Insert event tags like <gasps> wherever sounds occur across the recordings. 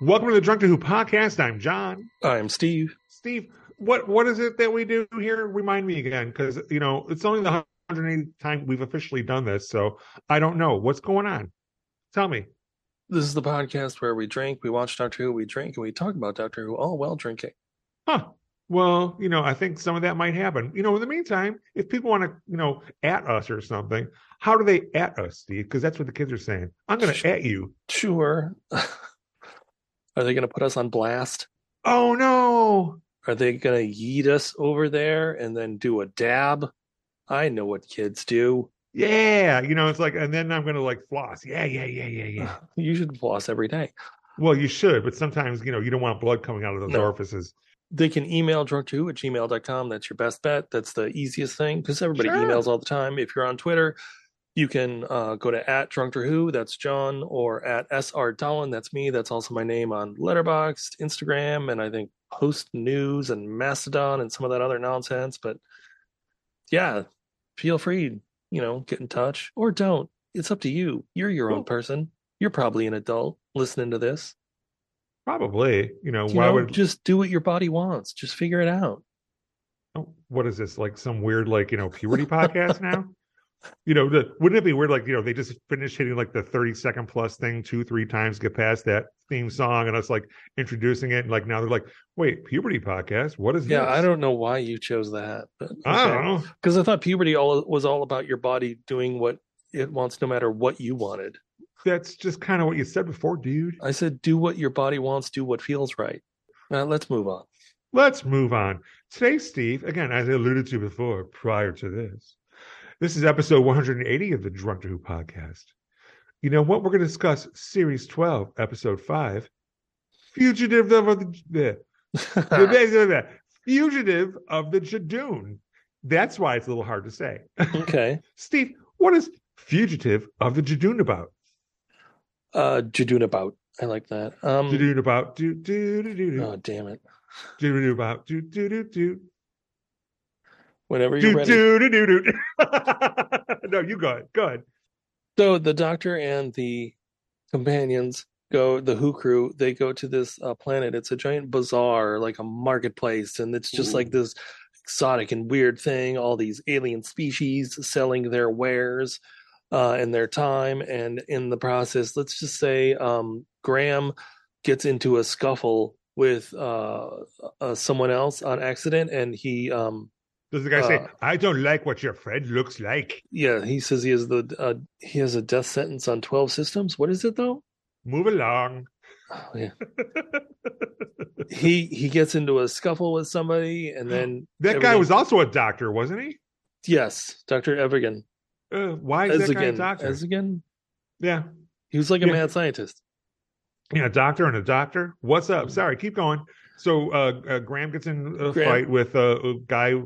Welcome to the Drunk to Who podcast. I'm John. I'm Steve. Steve, what what is it that we do here? Remind me again, because you know it's only the 180th time we've officially done this, so I don't know what's going on. Tell me. This is the podcast where we drink, we watch Doctor Who, we drink, and we talk about Doctor Who all while drinking. Huh. Well, you know, I think some of that might happen. You know, in the meantime, if people want to, you know, at us or something, how do they at us, Steve? Because that's what the kids are saying. I'm going to at you. Sure. <laughs> Are they going to put us on blast? Oh no! Are they going to yeet us over there and then do a dab? I know what kids do. Yeah, you know, it's like, and then I'm going to like floss. Yeah, yeah, yeah, yeah, yeah. <laughs> You should floss every day. Well, you should, but sometimes you know you don't want blood coming out of those No. orifices. They can email drunk to at gmail.com. That's your best bet. That's the easiest thing because everybody Sure. emails all the time. If you're on Twitter, you can uh, go to at drunk to who, that's John, or at SR Dolan, that's me. That's also my name on Letterboxd, Instagram, and I think Post News and Mastodon and some of that other nonsense. But yeah, feel free, you know, get in touch or don't. It's up to you. You're your Cool. own person. You're probably an adult listening to this. Probably, you know, You why know, would just do what your body wants. Just figure it out. oh, what is this like some weird like you know <laughs> puberty podcast now? You know, the, wouldn't it be weird like you know they just finish hitting like the 30 second plus thing two three times, get past that theme song, and us like introducing it, and like now they're like, wait, puberty podcast? What is Yeah, this? I don't know why you chose that, but I don't know. because I thought puberty all was all about your body doing what it wants, no matter what you wanted. That's just kind of what you said before, dude. I said, do what your body wants, do what feels right. Now let's move on. Let's move on. Today, Steve, again, as I alluded to before, prior to this, this is episode 180 of the Drunk to Who podcast. You know what? We're going to discuss series 12, episode 5, Fugitive of the. bleh, Uh. bleh, bleh, bleh, Fugitive of the Jadoon. That's why it's a little hard to say. <laughs> okay, Steve, what is Fugitive of the Jadoon about? uh, Jadoon about. I like that. Um, Jadoon about. Do, do, do, do, do. oh damn it! Jadoon about. Do, do, do, do. Whenever you're do ready. do do do do. <laughs> no, you go ahead. Go ahead. So the doctor and the companions go, the Who crew, they go to this uh, planet. It's a giant bazaar, like a marketplace, and it's just like this exotic and weird thing. All these alien species selling their wares uh, and their time. And in the process, let's just say um, Graham gets into a scuffle with uh, uh, someone else on accident, and he um, Does the guy say, Uh, "I don't like what your friend looks like"? yeah, he says he has the uh, he has a death sentence on twelve systems. What is it though? Move along. Oh, yeah. he he gets into a scuffle with somebody, and then That guy everything- was also a doctor, wasn't he? yes, Doctor Evergan. Uh, why is As that guy a again, doctor? as again, Yeah, he was like a Yeah. mad scientist. yeah, a doctor and a doctor. What's up? Sorry, keep going. So uh, uh, Graham gets in a Mm-hmm. Graham- fight with uh, a guy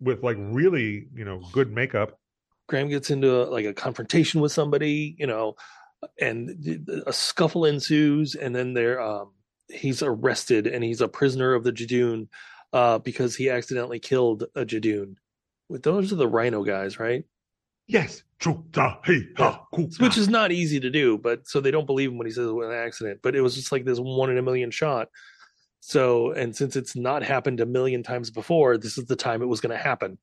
with like really, you know, good makeup. Graham gets into like a confrontation with somebody, you know, and th- th- a scuffle ensues, and then they're um, he's arrested and he's a prisoner of the Jadoon uh, because he accidentally killed a Jadoon. Those are the Rhino guys, right? Yes, true. Da, hey, ha, cool. which is not easy to do but so they don't believe him when he says it was an accident but it was just like this one in a million shot so and since it's not happened a million times before this is the time it was going to happen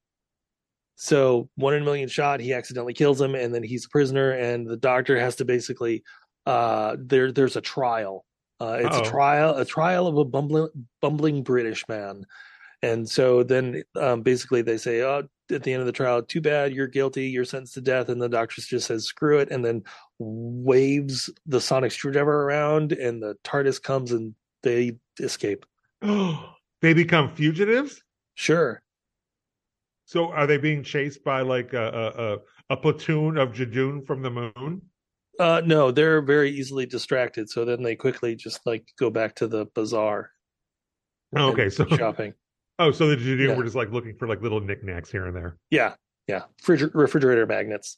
so one in a million shot he accidentally kills him and then he's a prisoner and the doctor has to basically uh there there's a trial uh it's Uh-oh. a trial a trial of a bumbling bumbling british man and so then um basically they say oh at the end of the trial, too bad, you're guilty, you're sentenced to death. And the doctor just says, screw it, and then waves the sonic screwdriver around, and the TARDIS comes and they escape. <gasps> they become fugitives. Sure. So are they being chased by like a a, a, a platoon of Jadoon from the moon? Uh, no, they're very easily distracted. So then they quickly just like go back to the <laughs> bazaar. Oh, and okay, so shopping. oh, so the Jadoon Yeah. were just like looking for like little knickknacks here and there. <laughs> Yeah. Yeah. Friger- refrigerator magnets.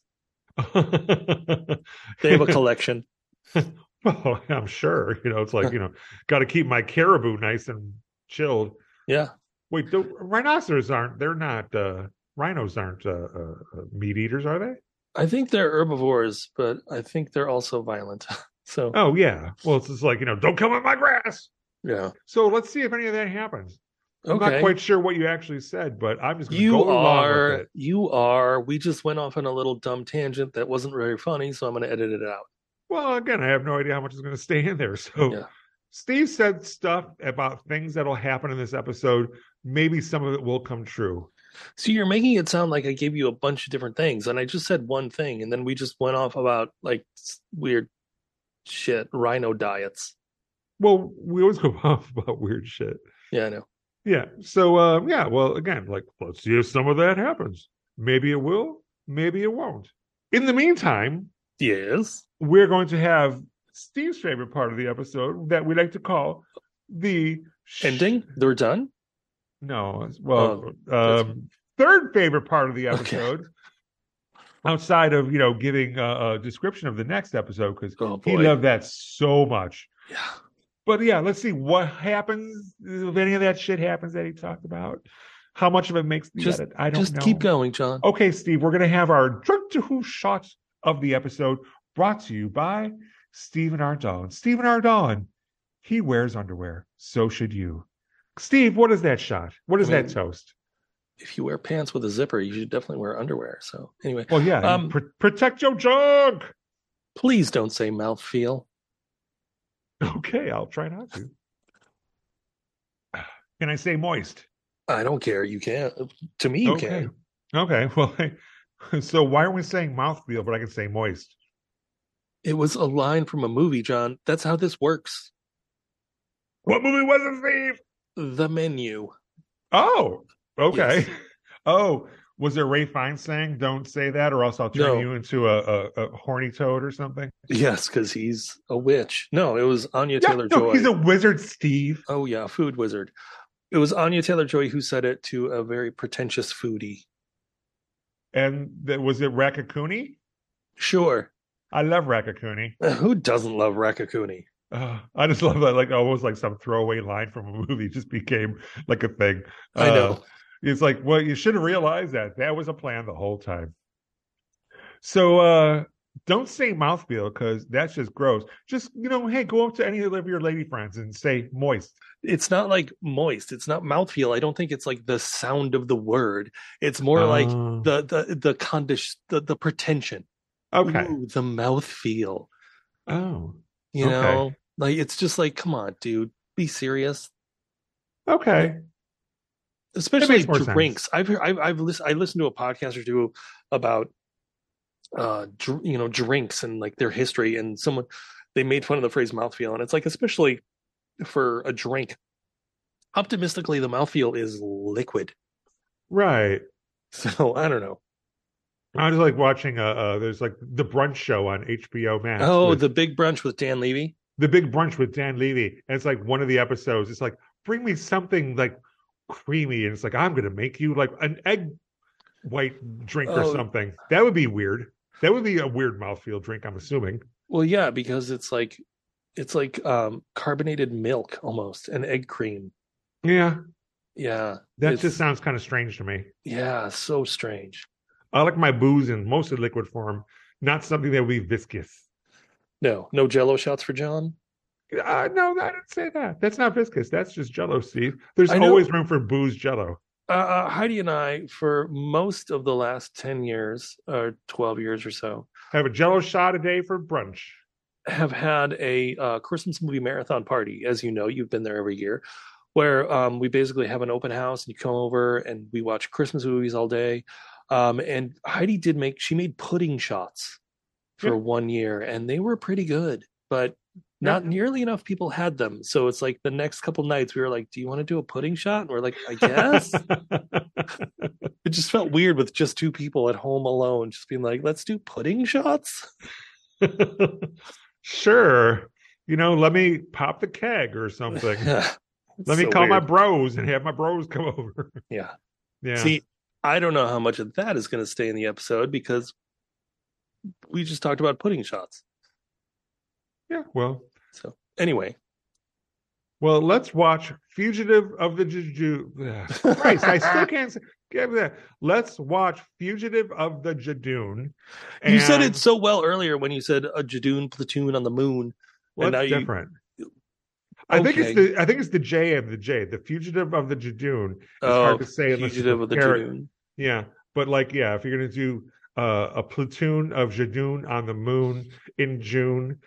They have <laughs> a collection. well, Oh, I'm sure you know it's <laughs> like you know, got to keep my caribou nice and chilled. Yeah. Wait, the rhinoceros aren't? They're not. uh Rhinos aren't uh, uh, uh, meat eaters, are they? I think they're herbivores, but I think they're also violent. <laughs> So Oh yeah. Well, it's just like you know, don't come up my grass. yeah, So let's see if any of that happens. I'm okay. not quite sure what you actually said, but I'm just going to you go along with are it. you are. We just went off on a little dumb tangent that wasn't very funny, so I'm going to edit it out. Well, again, I have no idea how much is going to stay in there. <laughs> So Yeah. Steve said stuff about things that'll happen in this episode. Maybe some of it will come true. So you're making it sound like I gave you a bunch of different things, and I just said one thing, and then we just went off about like s- weird shit, rhino diets. Well, we always <laughs> go off about weird shit. Yeah, I know. Yeah. So uh, yeah, well, again, like let's see if some of that happens. Maybe it will, maybe it won't. In the meantime, Yes. we're going to have Steve's favorite part of the episode that we like to call the sh- Ending. They're done. No, well, um, third favorite part of the Oh, <laughs> Okay. episode, outside of you know giving a, a description of the next episode because Oh he boy. loved that so much. yeah. But yeah, let's see what happens if any of that shit happens that he talked about. How much of it makes the Just- edit? I don't Just know. Oh. keep going, John. Okay, Steve, we're going to have our drunk to who shot of the episode brought to you by Stephen Ardon. Stephen Ardon, he wears underwear. So should you. Steve, what is that shot? What is I mean- that toast? If you wear pants with a zipper, you should definitely wear underwear. So anyway, Well, yeah, Um, pr- protect your junk. please don't say mouthfeel. Okay, I'll try not to. <sighs> Can I say moist? I don't care. You can. To me, you okay. can. Okay, <laughs> well, <laughs> so why are we saying mouthfeel, but I can say moist? It was a line from a movie, John. That's how this works. What movie was it, Steve? The menu. Oh, okay. Yes. <laughs> Oh, was there Ray Fine saying, "Don't say that, or else I'll turn No. you into a, a, a horny toad or something"? Yes, because he's a witch. No, it was Anya Yeah, Taylor no, Joy. he's a wizard, Steve. Oh yeah, food wizard. It was Anya Taylor Joy who said it to a very pretentious foodie. And that was it, Rakakuni. Sure, I love Rakakuni. who doesn't love Rakakuni? Uh, I just love that, like almost like some throwaway line from a movie just became like a thing. I know. Uh, It's like, well, you should have realized that that was a plan the whole time. So uh don't say mouthfeel because that's just gross. Just you know, hey, go up to any of your lady friends and say moist. it's not like moist. It's not mouthfeel. I don't think it's like the sound of the word. It's more like Oh. the the the condish the, the pretension. okay. Ooh, the mouthfeel. Oh, You Okay. know, like it's just like, come on, dude, be serious. okay. especially makes more sense. drinks. I've heard, I've I've listened I listened to a podcast or two about uh dr- you know drinks and like their history and someone they made fun of the phrase mouthfeel and it's like especially for a drink optimistically the mouthfeel is liquid. Right. <laughs> So I don't know. I was like watching uh, uh there's like the brunch show on HBO Max. Oh, with- the big brunch with Dan Levy. the big brunch with Dan Levy, and it's like one of the episodes. It's like bring me something like creamy, and it's like I'm gonna make you like an egg white drink or Oh. something. That would be weird. That would be a weird mouthfeel drink. I'm assuming. Well, yeah, because it's like it's like um carbonated milk almost and egg cream. Yeah, Yeah. that It's- just sounds kind of strange to me. Yeah, so strange. I like my booze in mostly liquid form, not something that would be viscous. No, no jello shots for John. Uh, no, I didn't say that. That's not viscous. That's just Jello, Steve. There's I know. always room for booze Jello. uh, uh, Heidi and I, for most of the last 10 years or 12 years or so, Have a Jello shot a day for brunch. have had a uh, Christmas movie marathon party. As you know, you've been there every year, where um, we basically have an open house and you come over and we watch Christmas movies all day. Um, and Heidi did make, she made pudding shots for Yeah. one year and they were pretty good, but Yeah. not nearly enough people had them. So it's like the next couple nights we were like, Do you want to do a pudding shot? And we're like, I <laughs> guess. it just felt weird with just two people at home alone, just being like, let's do pudding shots. <laughs> sure. You know, let me pop the keg or something. <laughs> let let me call my bros and have my bros come <laughs> over. yeah. Yeah. See, I don't know how much of that is going to stay in the episode because we just talked about pudding shots. yeah. Well, So, anyway, Well, let's watch Fugitive of the Juju. Ugh, Christ, I <laughs> still can't say. Give me that. Let's watch Fugitive of the Jadoon. You said and- it so well earlier when you said a Jadoon platoon on the moon. Well, and now that's you- different. I think it's Okay. the I think it's the J of the J, the fugitive of the Jadoon. It's Oh, hard to say unless you fugitive of the compare it. Jadoon. Yeah, but like yeah, if you're gonna do uh, a platoon of Jadoon on the moon in June,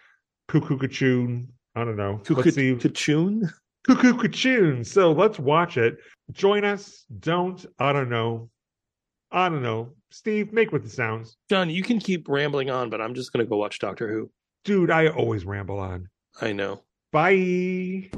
cuckoo cuckoo, I don't know. Let's see. Kachun? Cuckoo cuckoo. So let's watch it. Join us. Don't I don't know. I don't know. Steve, make with the sounds, John, you can keep rambling on, but I'm just going to go watch Doctor Who. dude. I always ramble on. I know. Bye.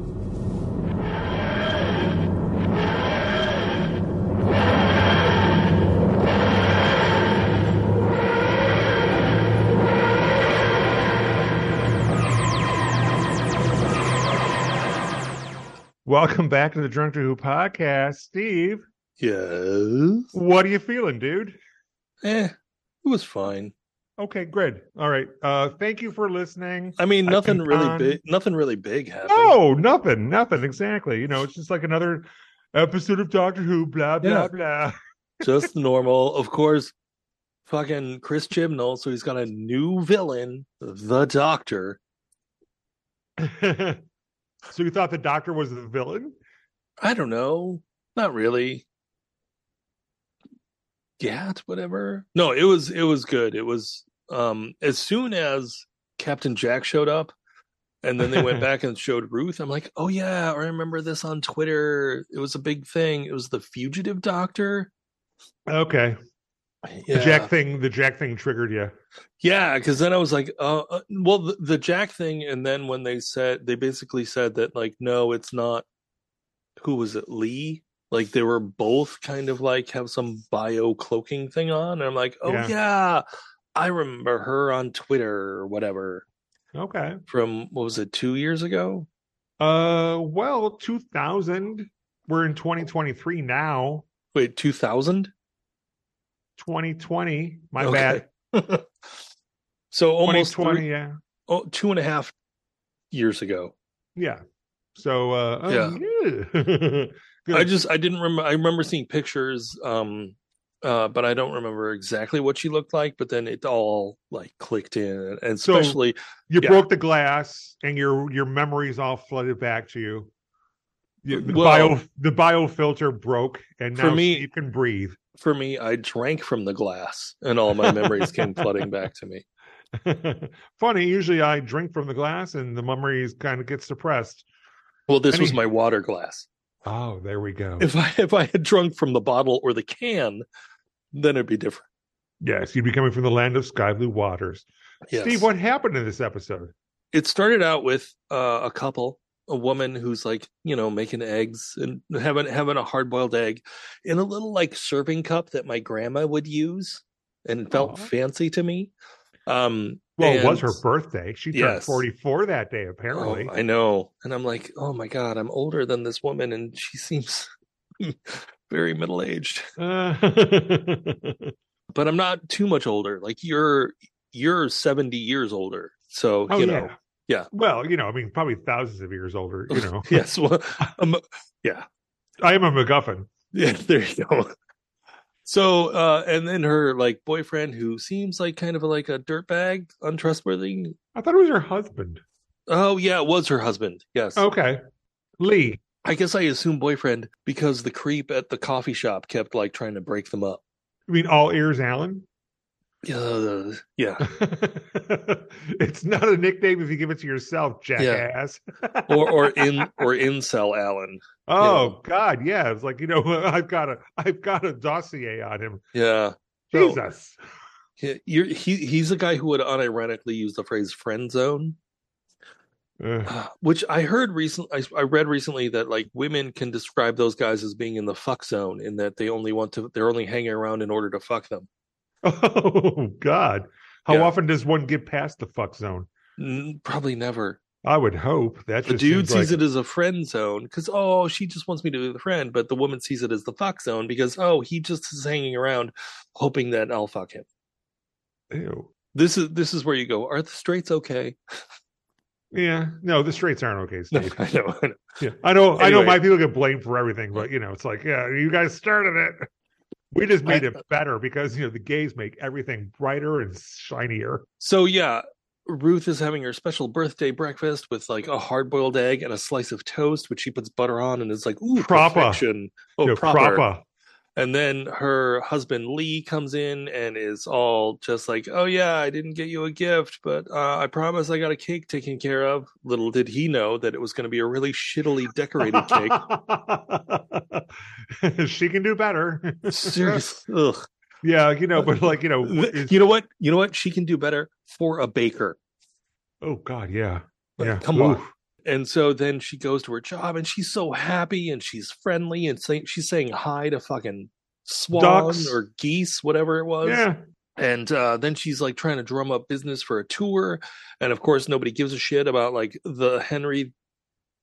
Welcome back to the Drunk to Who podcast. Steve, Yes. what are you feeling, dude? Eh, it was fine. Okay, good. All right. Uh thank you for listening. I mean, I nothing think really on- big. Nothing really big happened. No, nothing, nothing. Exactly. You know, it's just like another episode of Doctor Who, blah, blah, Yeah. blah. just normal. Of course, fucking Chris Chibnall. So he's got a new villain, the Doctor. <laughs> so you thought the doctor was the villain? I don't know. Not really. Yeah, it's whatever. No, it was it was good. It was um as soon as Captain Jack showed up and then they went back and showed Ruth, I'm like, "Oh yeah, I remember this on Twitter. It was a big thing. It was the fugitive doctor." Okay. The Yeah. Jack thing, the Jack thing triggered you. Yeah, because then I was like, uh, uh, well, the, the Jack thing, and then when they said they basically said that like, no, it's not. Who was it, Lee? Like they were both kind of like have some bio cloaking thing on, and I'm like, oh Yeah. yeah. I remember her on Twitter or whatever Okay. from what was it two years ago? Uh well, 2000. We're in 2023 now. Wait, two thousand? <laughs> 2020. My bad. bad. so almost 2020, three, yeah. oh, two and a half years ago. Yeah. So uh oh, yeah. <laughs> Good. I just I didn't remember. I remember seeing pictures, um, uh, but I don't remember exactly what she looked like. But then it all like clicked in, and So- especially you Yeah. broke the glass and your your memories all flooded back to you You- the Well- bio the bio filter broke and For now me- you can <laughs> breathe for me, I drank from the glass, and all my memories <laughs> came flooding back to me. funny usually i drink from the glass and the memories kind of get suppressed Well, this was Any- my water glass. oh there we go If I if I had drunk from the bottle or the can, then it'd be different. yes you'd be coming from the land of sky blue waters Yes. steve what happened in this episode it started out with uh, a couple a woman who's like you know making eggs and having having a hard boiled egg in a little like serving cup that my grandma would use and it felt Aw. fancy to me um well it was and- her birthday she turned Yes. 44 that day Oh, apparently i know and i'm like oh my god i'm older than this woman and she seems <laughs> very middle aged Uh, but i'm not too much older like you're you're 70 years older so <laughs> oh you yeah know <laughs> yeah. well you know i mean probably thousands of years older <laughs> you know yes well I'm- i am a macguffin <laughs> Yeah, there you go. So, uh, and then her like boyfriend, who seems like kind of like a dirtbag, untrustworthy. I thought it was her husband. Oh yeah, it was her husband. Yes, Okay. Lee. I guess I assume boyfriend because the creep at the coffee shop kept like trying to break them up. I mean, all ears, Alan. <laughs> Uh, yeah, it's not a nickname if you give it to yourself, jackass. or or in or incel Allen. oh God, yeah. It's like you know, <laughs> I've got a, I've got a dossier on him. Yeah, So, Jesus. <laughs> he- you're, he he's a guy who would unironically use the phrase friend zone. Ugh. <sighs> which I heard recently. I, I read recently that like women can describe those guys as being in the fuck zone, in that they only want to, they're only hanging around in order to fuck them. Oh God. How Yeah. often does one get past the fuck zone? N- Probably never. I would hope that The dude sees it as a friend zone because oh, she just wants me to be the friend, but the woman sees it as the fuck zone because oh, he just is hanging around, hoping that I'll fuck him. it. Ew. <laughs> This is this is where you go. Are the straights okay? Yeah, no, the straights aren't okay, <laughs> No, Steve. I know. I know. Yeah. I know, I know, Anyway. my people get blamed for everything, but you know, it's like, yeah, you guys started it. We just made I- it better because you know the gays make everything brighter and shinier. So yeah, Ruth is having her special birthday breakfast with like a hard-boiled egg and a slice of toast, which she puts butter on, and is like, "Ooh, Proper. perfection!" Oh, You know, proper. And then her husband Lee comes in and is all just like, "Oh yeah, I didn't get you a gift, but uh, I promise I got a cake taken care of." Little did he know that it was going to be a really shittily decorated cake. <laughs> she can do better. Seriously, Ugh. yeah, you know, but like you know, you know what? You know what? She can do better for a baker. oh god, yeah, Like, yeah, come on. Oof. And so then she goes to her job and she's so happy and she's friendly and say, she's saying hi to fucking swan Ducks. or geese, whatever it was. yeah, And uh, then she's like trying to drum up business for a tour. And of course, nobody gives a shit about like the Henry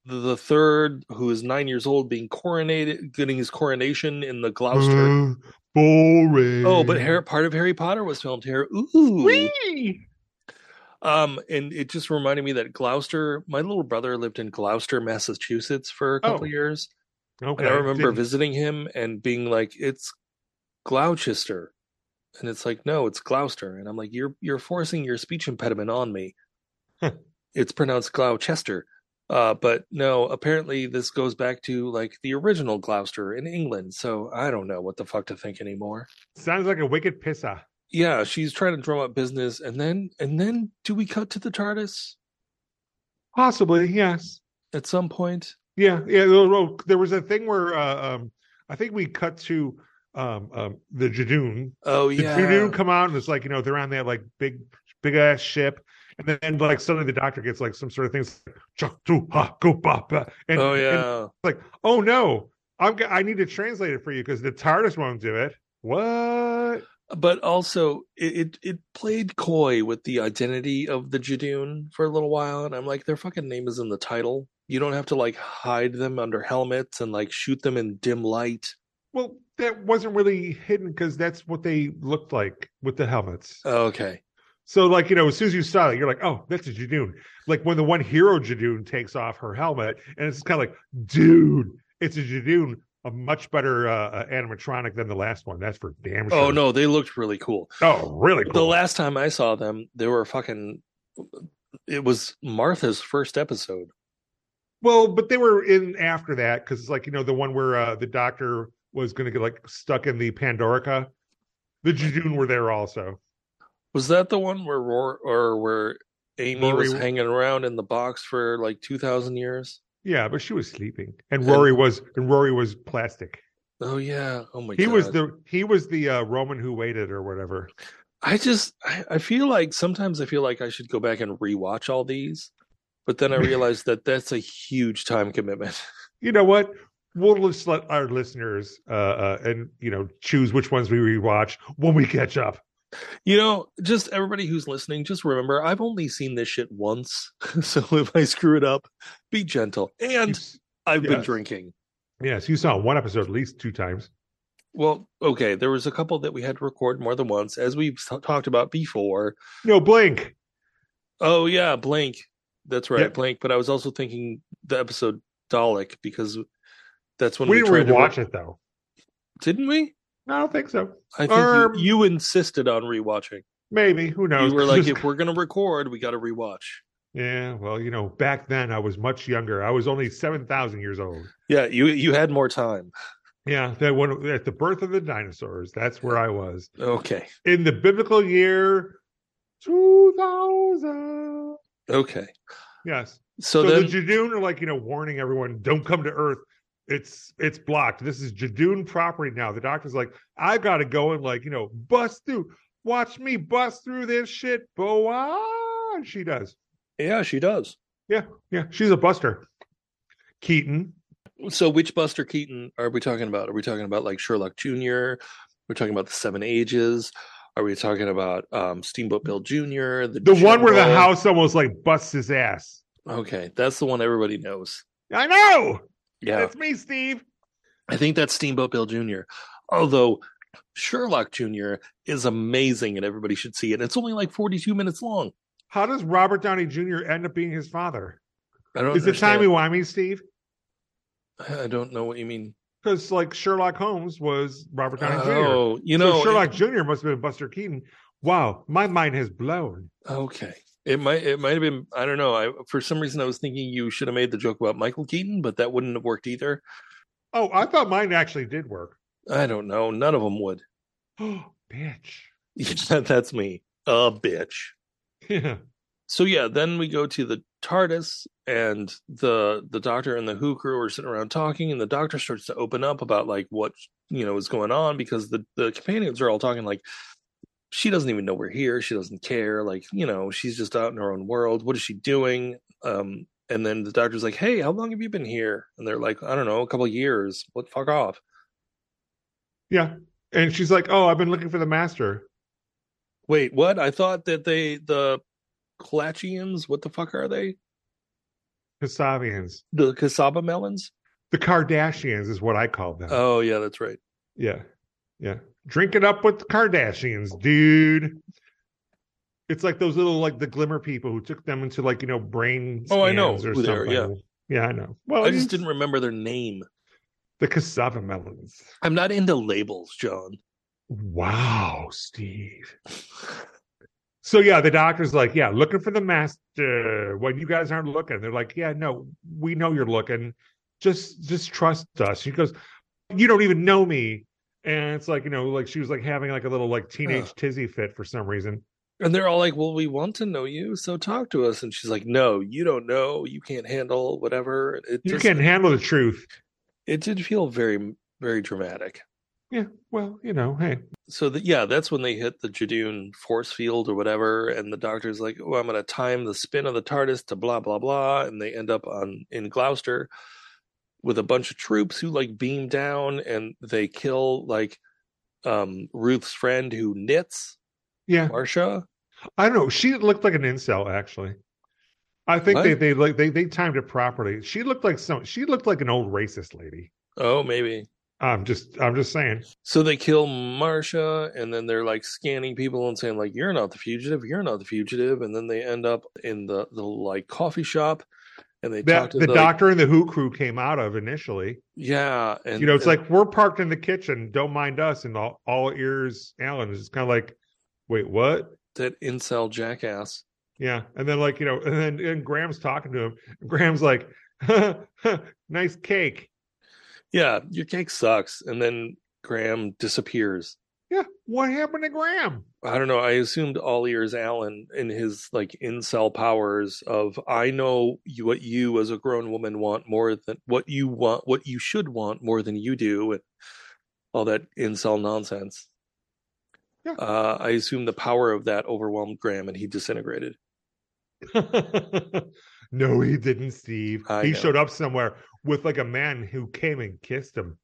the third, who is nine years old, being coronated, getting his coronation in the Gloucester. Uh, boring. Oh, but Harry, part of Harry Potter was filmed here. Ooh. Whee! Um, and it just reminded me that Gloucester, my little brother lived in Gloucester, Massachusetts for a couple Oh. years. Okay, And I remember didn't- visiting him and being like, It's Gloucester. And it's like, no, it's Gloucester. And I'm like, You're you're forcing your speech impediment on me. Huh. It's pronounced Gloucester. Uh, but no, apparently this goes back to like the original Gloucester in England. So I don't know what the fuck to think anymore sounds like a wicked pisser. yeah, she's trying to drum up business, and then and then do we cut to the TARDIS Possibly, yes. at some point? Yeah, yeah. There was- there was a thing where uh, um, I think we cut to um, um, the Jadoon. Oh The yeah, Jadoon come out and it's like you know they're on that like big big ass ship, and then like suddenly the Doctor gets like some sort of things. And, oh and yeah. like oh no, I'm g- I need to translate it for you because the TARDIS won't do it. What? but also, it, it it played coy with the identity of the Jadoon for a little while, and I'm like, their fucking name is in the title. You don't have to like hide them under helmets and like shoot them in dim light. Well, that wasn't really hidden because that's what they looked like with the helmets. Okay, So, like, you know, as soon as you saw it, you're like, oh, that's a Jadoon. Like, when the one hero Jadoon takes off her helmet, and it's kind of like, dude, it's a Jadoon, a much better uh, uh, animatronic than the last one. That's for damn sure. oh no, they looked really cool. Oh, really cool. The last time I saw them, they were fucking. It was Martha's first episode. well, but they were in after that because it's like, you know, the one where uh, the doctor was going to get like stuck in the Pandorica. The Jadoon were there also. Was that the one where Roar or where Amy was Rory- hanging around in the box for like two thousand years? Yeah, but she was sleeping, and And- Rory was and Rory was plastic. Oh yeah. Oh my He god. was the he was the uh, Roman who waited or whatever. I just I, I feel like sometimes I feel like I should go back and rewatch all these, <laughs> but then I realized that that's a huge time commitment. <laughs> you know what? We'll just let our listeners uh, uh, and you know choose which ones we rewatch when we catch up. You know, just everybody who's listening, just remember I've only seen this shit once. <laughs> So if I screw it up, be gentle. You And s- I've been yes. drinking. yes, you saw one episode at least two times. Well, okay, there was a couple that we had to record more than once, as we've t- talked about before. No blink. Oh yeah, Blink. That's right, Yeah. Blink. But I was also thinking the episode Dalek because that's when we we, didn't tried to rewatch it though. didn't we? I don't think so. I think you- Um, you, insisted on rewatching. Maybe who knows? You were like, Just- if we're gonna record, we got to rewatch. yeah, well, you know, back then I was much younger. I was only seven thousand years old. Yeah, you you had more time. Yeah, that when at the birth of the dinosaurs, that's where I was Okay, in the biblical year two thousand. okay. Yes. So, so then, the Jadoon are like, you know, warning everyone, don't come to Earth. It's it's blocked. This is Jadoon property now. The doctor's like, I gotta go and like, you know, bust through. Watch me bust through this shit, boa. And she does. yeah, she does. Yeah, she's a buster. Keaton. So which Buster Keaton are we talking about? Are we talking about like Sherlock Jr.? We're talking about the Seven Ages. Are we talking about um, Steamboat Bill Jr.? The, The one where the General? house almost like busts his ass. Okay, that's the one everybody knows. I know. Yeah, It's me, Steve. I think that's Steamboat Bill Jr. Although Sherlock Jr. is amazing and everybody should see it. It's only like 42 minutes long. How does Robert Downey Jr. end up being his father? I don't. Is it understand. timey wimey, Steve? I don't know what you mean. Because like Sherlock Holmes was Robert Downey Jr. Oh, you know, so Sherlock Jr. must have been Buster Keaton. Wow, my mind has blown. it- okay. It might it might have been I don't know. I for some reason I was thinking you should have made the joke about Michael Keaton, but that wouldn't have worked either. Oh, I thought mine actually did work. <gasps> I don't know. None of them would. <laughs> Oh, bitch. <laughs> That's me. A bitch. Yeah. so yeah, then we go to the TARDIS, and the the Doctor and the Who crew are sitting around talking, and the Doctor starts to open up about like what you know is going on because the the companions are all talking like she doesn't even know we're here, she doesn't care, like you know she's just out in her own world. What is she doing? Um, and then the Doctor's like, "Hey, how long have you been here?" And they're like, "I don't know, a couple years. What fuck off." Yeah. And she's like, Oh, I've been looking for the master. Wait, what? I thought that they the Kalachians, what the fuck are they? Kasavians. The cassava melons? The Kardashians is what I call them. Oh yeah, that's right. Yeah. Yeah. Drink it up with the Kardashians, dude. It's like those little like the glimmer people who took them into like, you know, brain Oh, I know scans or who they are, something. yeah. Yeah, I know. Well, I just didn't remember their name. the cassava melons. I'm not into labels, John. Wow, Steve. So yeah, the doctor's like, yeah, looking for the master when you guys aren't looking. They're like, yeah, no, we know you're looking. Just just trust us. She goes, you don't even know me. And it's like, you know, like she was like having like a little like teenage Ugh. tizzy fit for some reason. <laughs> And they're all like, "Well, we want to know you, so talk to us." And she's like, "No, you don't know. You can't handle whatever." It You just, can't handle the truth. It did feel very, very dramatic. Yeah, well, you know, hey. So that yeah, that's when they hit the Jadoon force field or whatever, and the doctor's like, "Oh, I'm going to time the spin of the TARDIS to blah blah blah," and they end up on in Gloucester with a bunch of troops who like beam down and they kill like um Ruth's friend who knits <laughs> Yeah. Marsha. I don't know. She looked like an incel, actually. I think What? they they like they they timed it properly. She looked like some she looked like an old racist lady. Oh, maybe. I'm just I'm just saying. So they kill Marsha, and then they're like scanning people and saying like, "You're not the fugitive. You're not the fugitive." And then they end up in the the like coffee shop, and they talk that to the like- doctor and the Who crew came out of initially. yeah, and you know, it's and- like we're parked in the kitchen. Don't mind us. And all, all ears, Alan is just kind of like, wait, what? that incel jackass. Yeah. And then like you know, and then and Graham's talking to him. Graham's like, <laughs> nice cake. Yeah, your cake sucks. And then Graham disappears. Yeah. What happened to Graham? <laughs> I don't know. I assumed all ears Allen in his like incel powers of I know you, what you as a grown woman want more than what you want, what you should want more than you do, and all that incel nonsense. Yeah. Uh, I assume the power of that overwhelmed Graham and he disintegrated. no, he didn't, Steve. I he know. showed up somewhere with like a man who came and kissed him.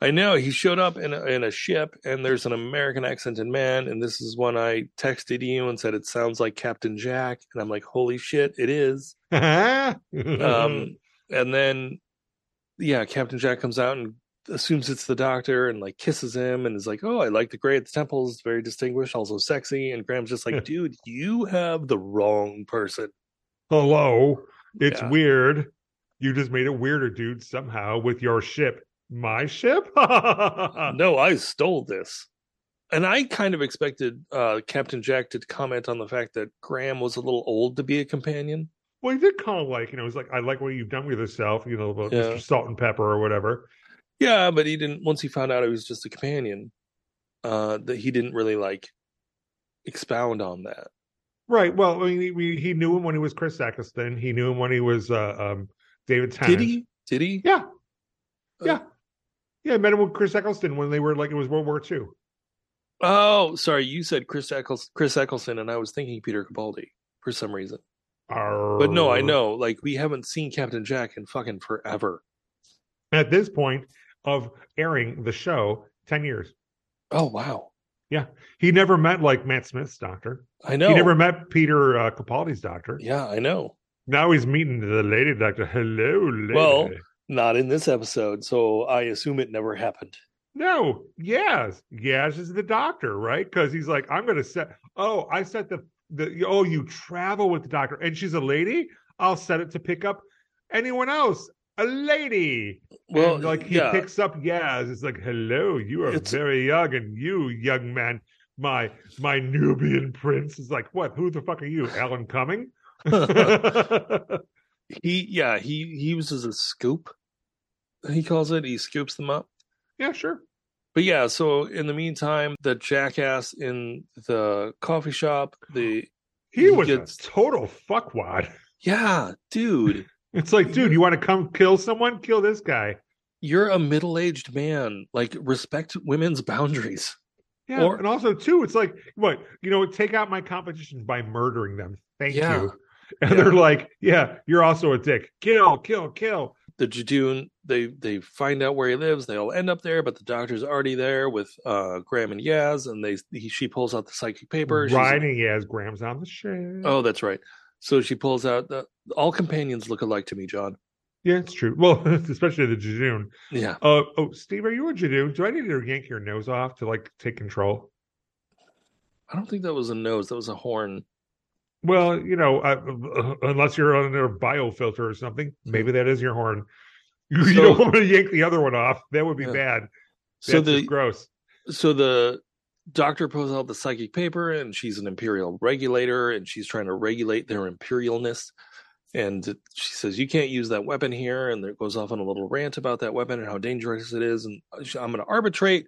I know he showed up in a, in a ship and there's an American accented man. And this is when I texted you and said, it sounds like Captain Jack. And I'm like, holy shit, it is. Mm-hmm. um and then yeah captain jack comes out and assumes it's the doctor and like kisses him and is like oh i like the gray at the temples very distinguished also sexy and graham's just like dude you have the wrong person <laughs> Hello. It's Yeah. weird. You just made it weirder, dude, somehow with your ship. My ship? <laughs> no i stole this and i kind of expected uh captain jack to comment on the fact that graham was a little old to be a companion Well, he did kind of like, you know, he's like, I like what you've done with yourself, you know, about Yeah. Mr. Salt and Pepper or whatever. yeah but he didn't once he found out he was just a companion uh that he didn't really like expound on that Right. Well, I mean, he, we- he knew him when he was Chris Eccleston. He knew him when he was uh, um, David Tennant. did he did he Yeah. Uh, Yeah. Yeah, I met him with Chris Eccleston when they were like, it was World War II. Oh, sorry, you said Chris Eccles- Chris Eccleston, and I was thinking Peter Capaldi for some reason. But no, I Arr. know, like we haven't seen Captain Jack in fucking forever. At this point of airing the show, 10 years. Oh wow, He never met like Matt Smith's doctor. I know. He never met Peter uh, Capaldi's doctor. Yeah, I know. Now he's meeting the lady doctor. Hello, lady. Well- Not in this episode, so I assume it never happened. no, yes, yes is the doctor, right? Because he's like, I'm going to set. Oh, I set the the oh, you travel with the doctor, and she's a lady. I'll set it to pick up anyone else, a lady. Well, And, like he yeah. <laughs> picks up Yaz. It's like, hello, you are It's- very young, and you, young man, my my Nubian prince is like, what? Who the fuck are you, Alan Cumming? <laughs> <laughs> he yeah he he uses a scoop he calls it he scoops them up yeah, sure. but yeah so in the meantime the jackass in the coffee shop <gasps> the He, He was gets- a total fuckwad. yeah dude It's like, dude, you want to come kill someone? Kill this guy. you're a middle-aged man like respect women's boundaries Yeah, Or- and also too, it's like what you know, take out my competition by murdering them. Thank Yeah. you. And Yeah. they're like, yeah, you're also a dick. Kill, kill, kill. the Jadoon, they they find out where he lives. They all end up there, but the doctor's already there with uh, Graham and Yaz, and they he, she pulls out the psychic paper. She's like, Riding as Graham's on the ship. oh, that's right. So she pulls out the, all companions look alike to me, John. Yeah, it's true. Well, <laughs> especially the Jadoon. Yeah, Uh, oh, Steve, are you a Jadoon? Do I need to yank your nose off to like take control? I don't think that was a nose. That was a horn. Well, you know, uh, <laughs> unless you're on a biofilter or something, maybe that is your horn. <laughs> You, you So- don't want to yank the other one off. That would be Yeah. bad. So That's just the gross. so the doctor pulls out the psychic paper, and she's an imperial regulator, and she's trying to regulate their imperialness. And she says, "You can't use that weapon here." And there goes off on a little rant about that weapon and how dangerous it is. And she- I'm going to arbitrate.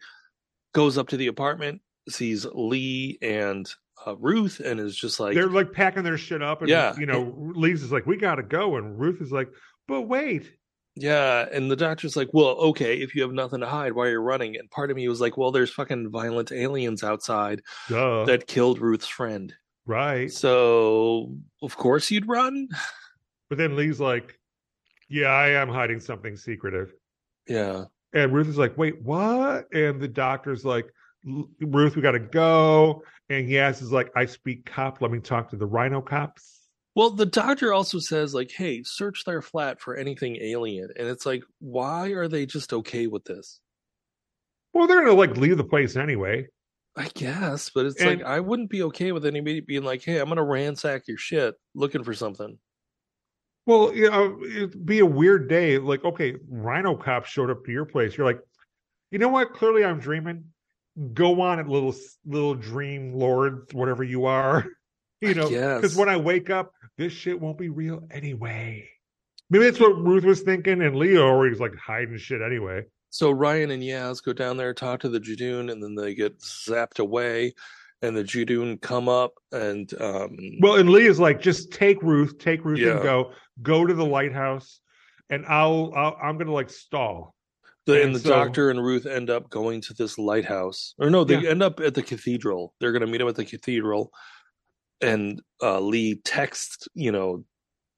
Goes up to the apartment, sees Lee and uh, Ruth, and is just like, They're like packing their shit up, and Yeah. you know, Lee's is like, "We gotta go," and Ruth is like, "But wait, Yeah, and the doctor's like, "Well, okay, if you have nothing to hide, why are you running?" And part of me was like, "Well, there's fucking violent aliens outside duh, that killed Ruth's friend, right?" so of course you'd run." But then Lee's like, "Yeah, I am hiding something secretive," Yeah, and Ruth is like, "Wait, what?" And the doctor's like, "L- "Ruth, we gotta go," and Yas is like, "I speak cop. Let me talk to the Rhino cops." Well, the doctor also says, like, hey, search their flat for anything alien. And it's like, why are they just okay with this? Well, they're gonna like leave the place anyway. I guess, but it's And- like, I wouldn't be okay with anybody being like, hey, I'm going to ransack your shit looking for something. Well, you know, it'd be a weird day. Like, okay, Rhino Cop showed up to your place. You're like, you know what? Clearly, I'm dreaming. Go on, it little little dream lord, whatever you are. <laughs> You know, because yes. when I wake up, this shit won't be real anyway. Maybe that's what Ruth was thinking, and Leo already's like hiding shit anyway. So Ryan and Yaz go down there, talk to the Judoon, and then they get zapped away. And the Judoon come up and, um, Well, and Lee is like, just take Ruth, take Ruth, and Yeah. go, go to the lighthouse, and I'll, I'll I'm gonna like stall. the, and and the so- doctor and Ruth end up going to this lighthouse. Or no, they end up at the cathedral. They're going to meet up at the cathedral. And uh, Lee texts, you know,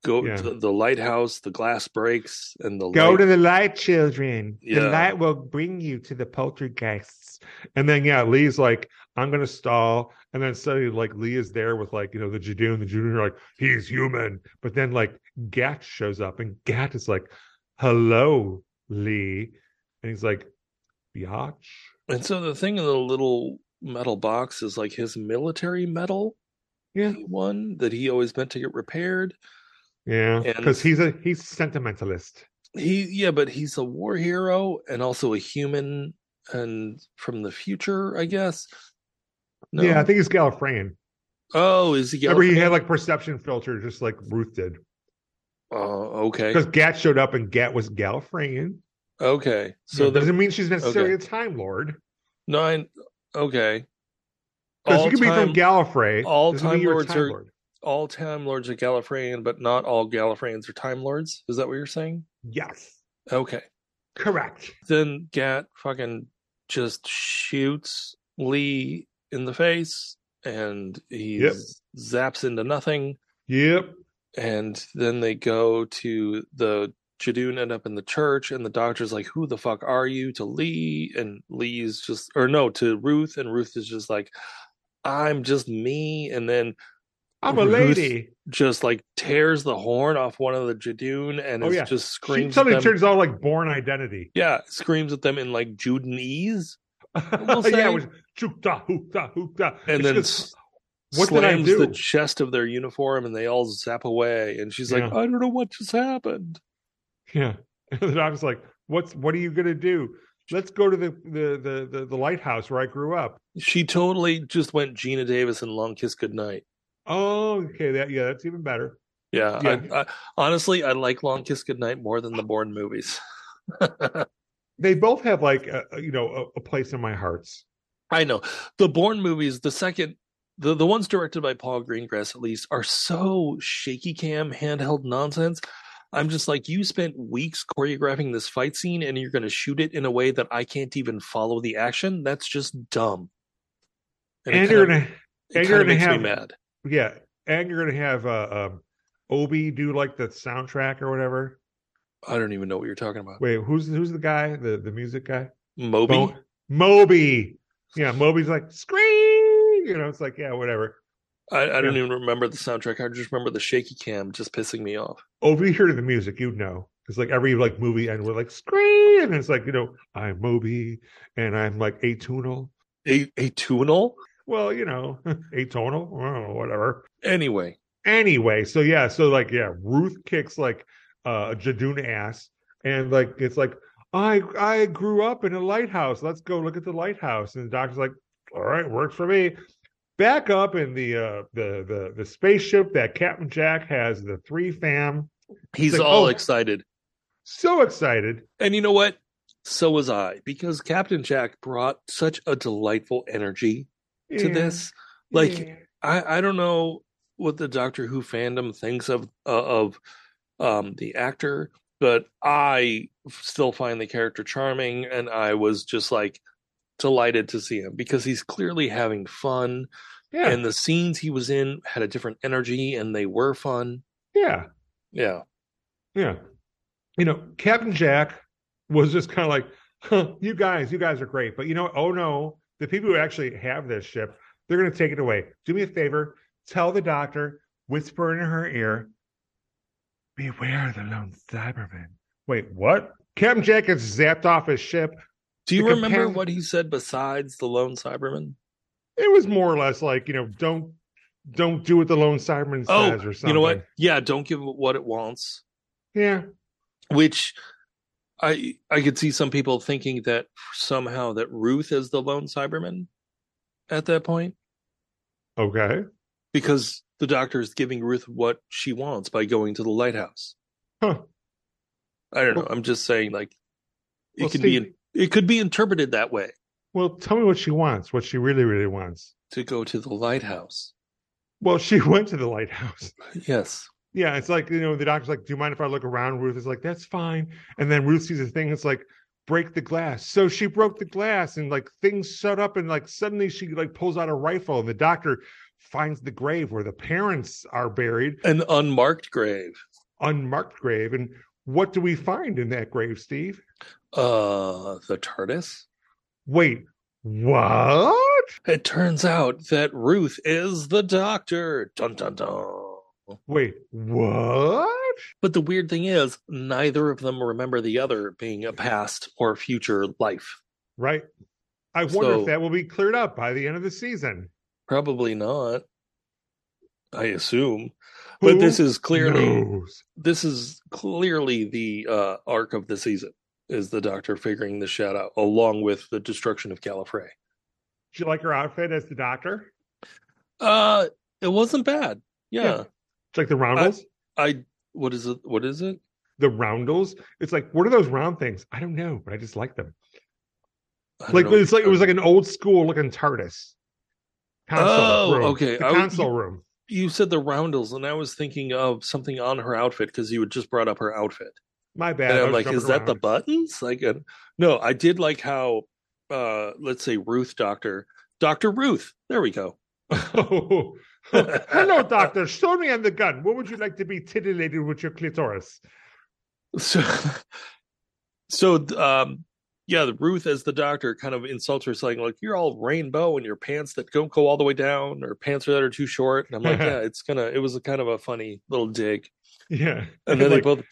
go Yeah. to the, the lighthouse, the glass breaks, and the Go light- to the light, children. The Yeah. light will bring you to the poltergeists. And then yeah, Lee's like, I'm gonna stall. And then suddenly, like Lee is there with like, you know, the Jadoon, the Jadoon are like, he's human. But then like Gat shows up and Gat is like, Hello, Lee. And he's like, Biatch. And so the thing in the little metal box is like his military medal. Yeah. he won that he always meant to get repaired. Yeah. And- Because he's a he's sentimentalist. He yeah, but he's a war hero and also a human and from the future, I guess. No. Yeah, I think he's Gallifreyan. Oh, is he? Remember, he had like perception filter, just like Ruth did. Oh, okay. Because Gat showed up and Gat was Gallifreyan. Okay. So So the doesn't mean she's necessarily a Time Lord. nine. Okay. Because All you could be time, from Gallifrey. all doesn't mean Time you're a Lords are- all time lords are Gallifreyan, but not all Gallifreyans are time lords. Is that what you're saying? Yes, Okay. correct. Then Gat fucking just shoots Lee in the face, and he Yep. zaps into nothing. Yep. and then they go to the Jadoon end up in the church, and the doctor's like, "Who the fuck are you?" To Lee, and Lee's just, or no, to Ruth, and Ruth is just like, "I'm just me," and then I'm a Ruth lady. just like tears the horn off one of the Jadoon and Oh, is yeah. just She screams. at suddenly them- turns out like born <laughs> identity. <laughs> yeah, screams at them in like Judanese, yeah, say- it was chukta hookta hookta. and It's then just s- What did I slams do? the chest of their uniform and they all zap away. And she's like, Yeah. I don't know what just happened. <laughs> Yeah. And the doctor's like, "What's what are you gonna do? Let's go to the the the the, the lighthouse where I grew up." She totally just went Gina Davis and long kiss goodnight. Oh, okay. That yeah, that's even better. Yeah. Yeah. I, I, honestly, I like long kiss goodnight more than the Bourne movies. They both have like a, a- you know a, a place in my hearts. I know the Bourne movies, the second, the, the ones directed by Paul Greengrass at least, are so shaky cam, handheld nonsense. I'm just like, you spent weeks choreographing this fight scene and you're going to shoot it in a way that I can't even follow the action. That's just dumb. And, it you're kinda- gonna it and kinda you're gonna makes have- me mad. yeah, and you're gonna have uh, um, Obi do like the soundtrack or whatever. I don't even know what you're talking about. Wait, who's who's the guy? The the music guy? Moby? Mo- Moby. Yeah, Moby's like scream. You know, it's like yeah, whatever. I, I don't Yeah. even remember the soundtrack. I just remember the shaky cam just pissing me off. Obi heard the music, you know. It's like every like movie and we're like scream, and it's like you know I'm Moby and I'm like atonal. A- atonal? Well, you know, <laughs> atonal, I don't know, whatever. Anyway, anyway so yeah so like yeah ruth kicks like uh jadoon ass and like it's like i i grew up in a lighthouse let's go look at the lighthouse and the doctor's like all right works for me back up in the uh the the, the spaceship that captain jack has the three fam he's Like, all oh. excited. so excited And you know what? So was I, because Captain Jack brought such a delightful energy to Yeah, this. Like, yeah. I, I don't know what the Doctor Who fandom thinks of uh, of um, the actor, but I still find the character charming, and I was just like delighted to see him because he's clearly having fun, yeah and the scenes he was in had a different energy, and they were fun. yeah Yeah, yeah you know captain jack was just kind of like huh, you guys you guys are great but you know what? oh no the people who actually have this ship they're going to take it away do me a favor tell the doctor whisper in her ear beware the lone cyberman wait what captain jack gets zapped off his ship do you The remember companion- what he said besides the lone Cyberman? it was more or less like you know don't don't do what the lone cyberman Oh, says or something You know what? Yeah, don't give it what it wants. yeah which I I could see some people thinking that somehow that Ruth is the lone Cyberman at that point okay because the doctor is giving Ruth what she wants by going to the lighthouse. Huh. I don't know. I'm just saying, like it Well, could Steve- be it could be interpreted that way well tell me what she wants what she really really wants to go to the lighthouse. well she <laughs> went to the lighthouse Yes, Yeah, it's like you know the doctor's like, "Do you mind if I look around?" Ruth is like, "That's fine." And then Ruth sees a thing. It's like, "Break the glass." So she broke the glass, and like things shut up, and like suddenly she like pulls out a rifle, and the doctor finds the grave where the parents are buried, an unmarked grave. unmarked grave. And what do we find in that grave, Steve? Uh, the TARDIS. Wait, what? It turns out that Ruth is the doctor. Dun dun dun. Wait, what? But the weird thing is, neither of them remember the other being a past or future life. Right. I wonder So- if that will be cleared up by the end of the season. Probably not. I assume. But this is clearly knows? this is clearly the uh, arc of the season is the doctor figuring this shit out along with the destruction of Gallifrey. Do you like her outfit as the doctor? Uh it wasn't bad. Yeah. Yeah. It's like the roundels. I what is it what is it? the roundels. It's like, what are those round things? I don't know, but I just like them. I don't Like know. it's like it was like an old school looking TARDIS. Oh, room. okay. The I would- console room. you said the roundels and I was thinking of something on her outfit because you had just brought up her outfit. My bad. and I I'm was like, jumping is that the around. buttons? Like, uh, no, I did like how, uh, let's say Ruth Doctor, Doctor Ruth. There we go. Oh. <laughs> <laughs> Hello, doctor. Show me on the gun. What would you like to be titillated with your clitoris? So, <laughs> so, um, yeah, the Ruth as the doctor kind of insults her, saying like, "You're all rainbow and your pants that don't go all the way down, or pants that are too short." And I'm <laughs> like, "Yeah, it's gonna." It was a kind of a funny little dig. Yeah. And then like, they both,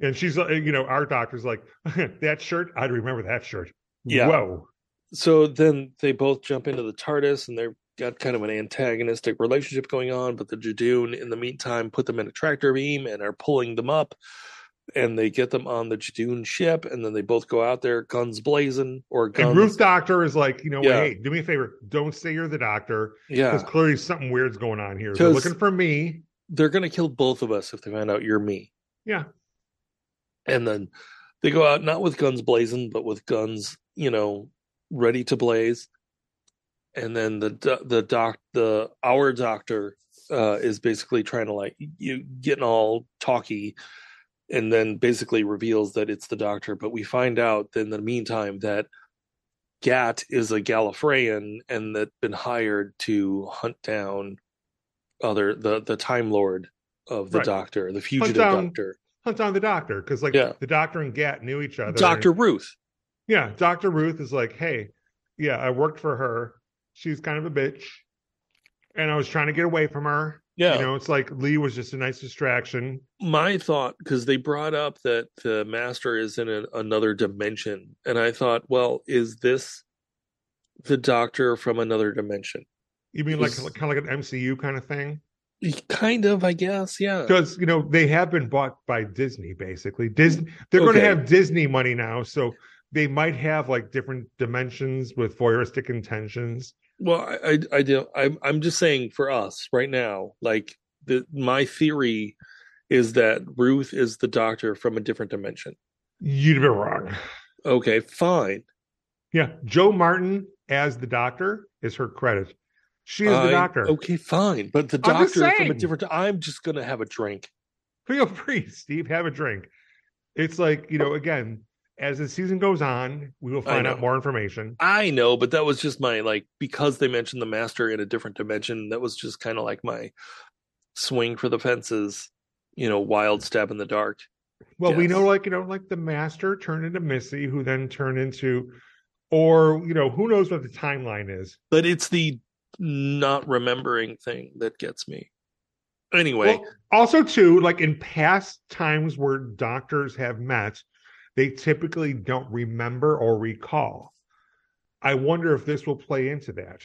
and she's like, you know, our doctor's like, <laughs> that shirt, I'd remember that shirt. Yeah. Whoa. so then they both jump into the TARDIS and they're got kind of an antagonistic relationship going on, but the Jadoon, in the meantime, put them in a tractor beam and are pulling them up. And they get them on the Jadoon ship, and then they both go out there, guns blazing, or guns. And Ruth Doctor is like, you know, Um, Yeah. hey, do me a favor. Don't say you're the doctor because yeah, clearly something weird's going on here. They're 'Cause- looking for me. they're gonna kill both of us if they find out you're me. Yeah. And then they go out not with guns blazing, but with guns, you know, ready to blaze. And then the do- the doc the our doctor uh, is basically trying to like you getting all talky, and then basically reveals that it's the doctor. But we find out in the meantime that Gat is a Gallifreyan and that been hired to hunt down other the the Time Lord of the Right. Doctor, the fugitive down Doctor. Hunt on the doctor because like Yeah. the doctor and Gat knew each other. Dr. Ruth. Yeah, Dr. Ruth is like, hey, yeah, I worked for her. She's kind of a bitch. And I was trying to get away from her. Yeah. You know, it's like Lee was just a nice distraction. My thought, because they brought up that the master is in an, another dimension. And I thought, well, is this the doctor from another dimension? You mean like Is- kind of like an MCU kind of thing? Kind of, I guess. Yeah. Because you know they have been bought by Disney. Basically, Disney they're going Okay. to have Disney money now, so they might have like different dimensions with voyeuristic intentions. Well, I, I, I do. I'm, I'm just saying for us right now, like the, my theory is that Ruth is the doctor from a different dimension. You'd be wrong. Okay, fine. Yeah, Joe Martin as the Doctor is her credit. She is the I- Doctor. Okay, fine. But the I'm just doctor from a saying. different, I'm just going to have a drink. <laughs> feel free, Steve. Have a drink. It's like you know, again, as the season goes on, we will I find out know. more information. I know, but that was just my like because they mentioned the master in a different dimension. That was just kind of like my swing for the fences, you know, wild stab in the dark. Well, we Yes. know, like you know, like the Master turned into Missy, who then turned into, or you know, who knows what the timeline is. But it's the not remembering thing that gets me. Anyway, Well, also, too, like in past times where doctors have met, they typically don't remember or recall. I wonder if this will play into that.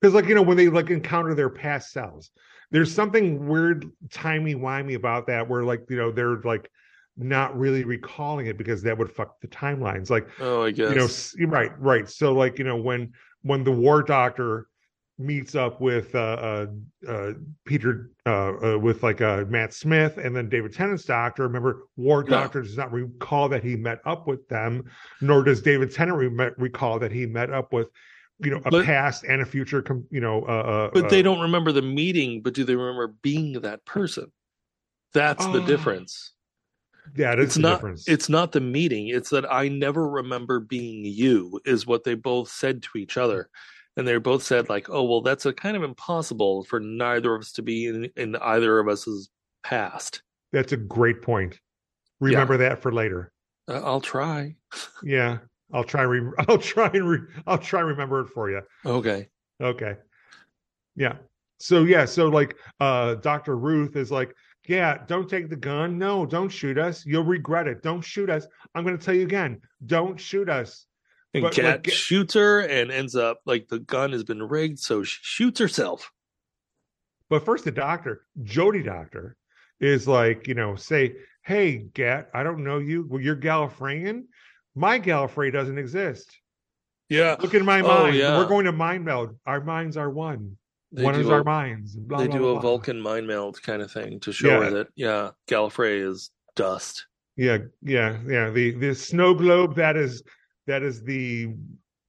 Because, like, you know, when they like encounter their past selves, there's something weird, timey wimey about that where, like, you know, they're like not really recalling it because that would fuck the timelines. Like, oh, I guess you know s- right right so like you know when when the war doctor meets up with uh uh, uh peter uh, uh with like uh matt smith and then david tennant's doctor remember war Yeah. doctor does not recall that he met up with them nor does david tennant re- recall that he met up with you know a But- past and a future com- you know uh, uh but uh, they don't remember the meeting, but do they remember being that person? That's the Oh. difference. yeah that's it's the not difference it's not the meeting it's that i never remember being you is what they both said to each other and they both said like oh well that's a kind of impossible for neither of us to be in, in either of us's past that's a great point remember that for later uh, i'll try yeah i'll try re- <laughs> i'll try and re- i'll try and remember it for you okay Okay. Yeah. So yeah, so like uh Dr. Ruth is like, yeah, don't take the gun. No, don't shoot us. You'll regret it. Don't shoot us. I'm gonna tell you again, don't shoot us. and But, cat like, get- shoots her and ends up like the gun has been rigged so she shoots herself But first the doctor, Jody Doctor, is like, you know, say, Hey, Gat, I don't know you. Well, you're Gallifreyan. My Gallifrey doesn't exist. yeah Look in my Oh, mind. yeah. We're going to mind meld. Our minds are one. they one do is a, our minds. Blah, they blah, do a blah. vulcan mind meld kind of thing to show Yeah. her that yeah gallifrey is dust Yeah, yeah, yeah. The the snow globe that is that is the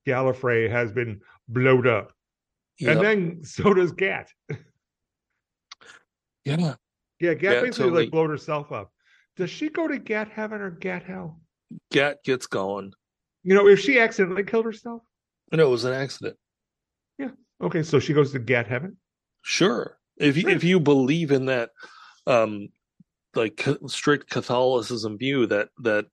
Gallifrey has been blowed up, Yep. and then so does Gat. yeah Yeah, Gat Yeah, basically totally. like blowed herself up. Does she go to Gat heaven or Gat hell? gat gets going You know, if she accidentally killed herself, no it was an accident okay, so she goes to Gat heaven. Sure. If you, Sure. if you believe in that um like c- strict Catholicism view that that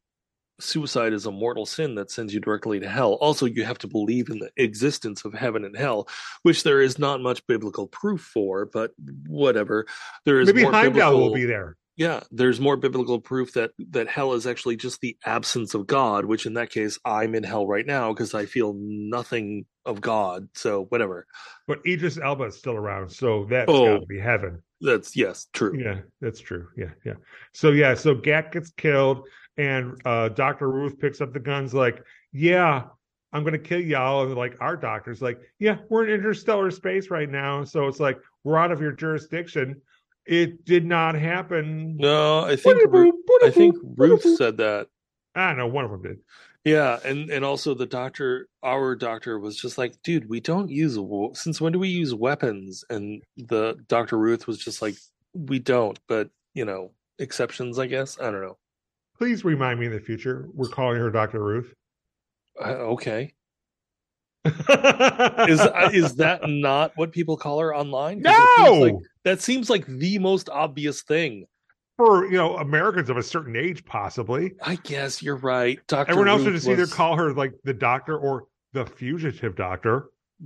suicide is a mortal sin that sends you directly to hell. Also, you have to believe in the existence of heaven and hell, which there is not much biblical proof for, but whatever. There is Maybe more Heimdall will biblical- be there. yeah there's more biblical proof that that hell is actually just the absence of god which in that case i'm in hell right now because i feel nothing of god so whatever But Idris Elba is still around, so that's got Oh. to be heaven. that's yes true Yeah, that's true. Yeah, yeah. So yeah, so Gat gets killed, and uh Doctor Ruth picks up the guns, like, "Yeah, I'm gonna kill y'all." And like, our doctor's like, "Yeah, we're in interstellar space right now, so it's like we're out of your jurisdiction. It did not happen." no i think Ru- i think ruth said that I don't know. One of them did. yeah and and also the doctor our doctor was just like dude we don't use wo- since when do we use weapons and the dr ruth was just like we don't but you know exceptions i guess i don't know Please remind me in the future. We're calling her Doctor Ruth. Uh, okay is uh, <laughs> is uh, is that not what people call her online 'Cause it no seems like- that seems like the most obvious thing for you know Americans of a certain age, possibly. i guess you're right dr Everyone else Ruth would just either was- call her like the doctor or the fugitive doctor.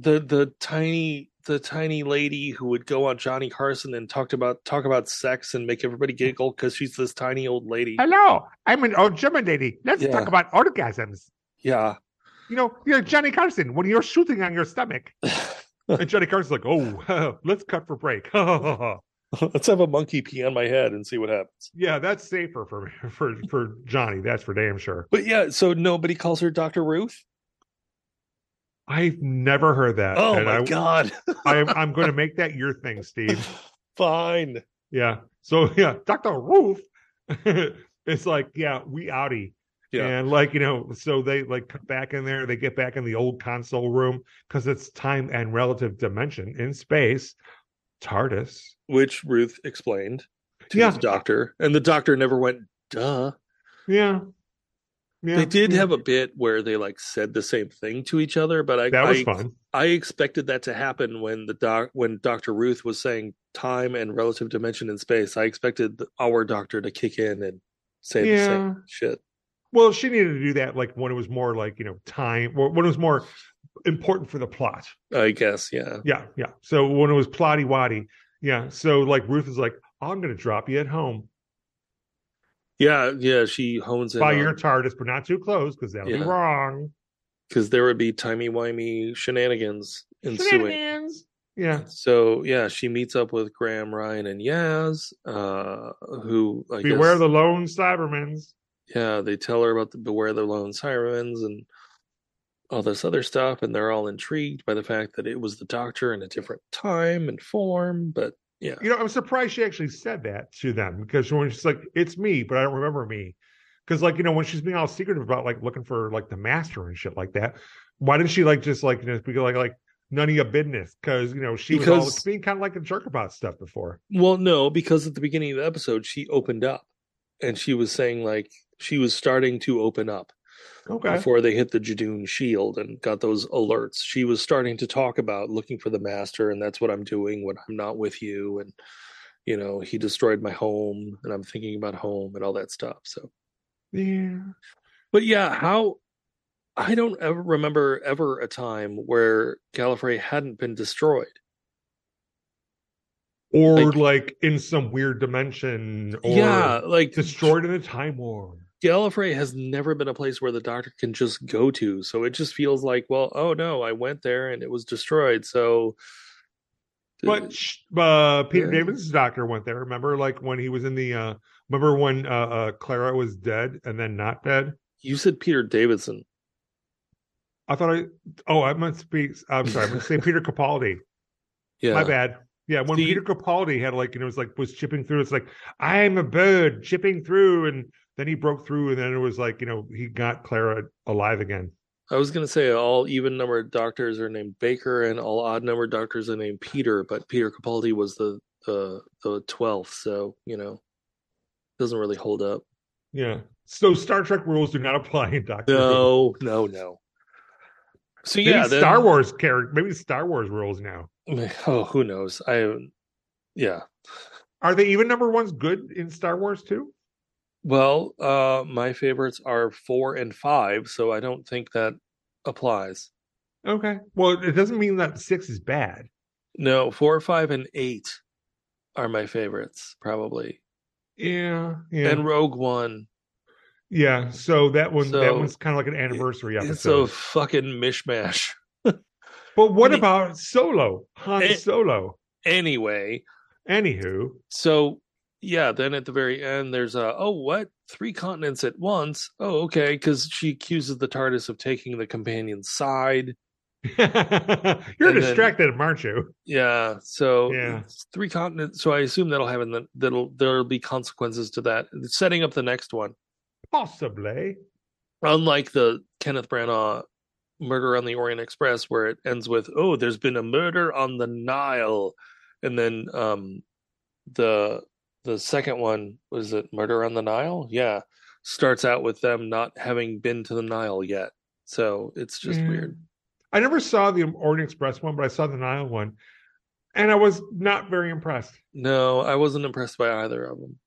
the the tiny the tiny lady who would go on Johnny Carson and talked about talk about sex and make everybody giggle because she's this tiny old lady. Hello, I'm an old German lady. Let's Yeah. talk about orgasms. Yeah, <laughs> You know, you're Johnny Carson when you're shooting on your stomach. <laughs> And Johnny Carson's like, oh, <laughs> let's cut for break. let's have a monkey pee on my head and see what happens. yeah, that's safer for me, <laughs> for for Johnny. That's for damn sure. But yeah, so nobody calls her Doctor Ruth. I've never heard that. Oh Uh, and my I, god! <laughs> I'm, I'm going to make that your thing, Steve. Fine. Yeah. So <laughs> yeah, Dr. <laughs> Roof. it's like, yeah, we outie. Yeah. And like, you know, so they like come back in there, they get back in the old console room because it's time and relative dimension in space. TARDIS. Which Ruth explained to Yeah. his doctor, and the doctor never went. Duh. Yeah. Yeah. They did yeah. have a bit where they like said the same thing to each other, but I that was I, fun. I expected that to happen when the doc when Dr. Ruth was saying time and relative dimension in space. I expected th- our doctor to kick in and say the Yeah. same shit. Well, she needed to do that like when it was more like, you know, time or when it was more important for the plot. I guess, yeah. Yeah, yeah. So when it was plotty waddy, yeah. So like Ruth is like, I'm gonna drop you at home. Yeah, yeah, she hones in by your TARDIS, but not too close because that'll um, Yeah. be wrong. because there would be timey-wimey shenanigans ensuing. Shenanigans. Yeah. So yeah, she meets up with Graham, Ryan, and Yaz, uh, who I Beware guess, the lone Cybermans. yeah, they tell her about the beware the lone sirens and all this other stuff, and they're all intrigued by the fact that it was the doctor in a different time and form. But yeah, You know, I'm surprised she actually said that to them because when she's like, "It's me," but I don't remember me. Because like you know, when she's being all secretive about like looking for like the master and shit like that, why didn't she like just like you know be like like none of your business? Because you know she was Because- all being kind of like a jerk about stuff before. well, no, because at the beginning of the episode, she opened up and she was saying, like, she was starting to open up Okay. before they hit the Jadoon shield and got those alerts. She was starting to talk about looking for the master, and that's what I'm doing when I'm not with you. And you know, he destroyed my home, and I'm thinking about home and all that stuff. So, Yeah. But yeah, how I don't ever remember ever a time where Gallifrey hadn't been destroyed. Or Like- like, in some weird dimension, or yeah, like destroyed in a time war. Gallifrey has never been a place where the Doctor can just go to. So it just feels like, well, oh no, I went there and it was destroyed. So, But sh- uh, Peter yeah. Davidson's doctor went there. Remember, like when he was in the. Uh, remember when uh, uh, Clara was dead and then not dead? you said Peter Davidson. I thought I. Oh, I must be. I'm sorry. I meant to say Peter <laughs> Capaldi. Yeah, My bad. Yeah, when See- Peter Capaldi had like you know, it was like was chipping through. It's like I'm a bird chipping through, and then he broke through, and then it was like you know he got Clara alive again. I was gonna say all even numbered doctors are named Baker and all odd numbered doctors are named Peter, but Peter Capaldi was the the the twelfth, so you know, doesn't really hold up. Yeah. So Star Trek rules do not <laughs> apply in Doctor. Who. No, no, no. So Maybe yeah, then- Star Wars character. Maybe Star Wars rules now. <sighs> Oh, who knows? I, haven't- yeah. Are they even number ones good in Star Wars too? Well, uh, my favorites are four and five, so I don't think that applies. Okay. Well, it doesn't mean that six is bad. No, four, five, and eight are my favorites, probably. Yeah, yeah, and Rogue One. yeah. So that one, that So- one's kind of like an anniversary It's a episode. fucking mishmash. <laughs> but what I mean- about Solo? Han Eh. Solo. Anyway, Anywho, <laughs> so yeah, then at the very end, there's a oh what three continents at once? Oh okay, because she accuses the TARDIS of taking the companion's side. you're And then- distracted, aren't you? Yeah, so Yeah. it's three continents. So I assume that'll have in the, that'll there'll be consequences to that. It's Setting up the next one, Possibly. unlike the Kenneth Branagh murder on the Orient Express, where it ends with "Oh, there's been a murder on the Nile," and then um, the the second one was it "Murder on the Nile"? Yeah, starts out with them not having been to the Nile yet. So it's just Yeah. weird. I never saw the Orient Express one, but I saw the Nile one, and I was not very impressed. No, I wasn't impressed by either of them.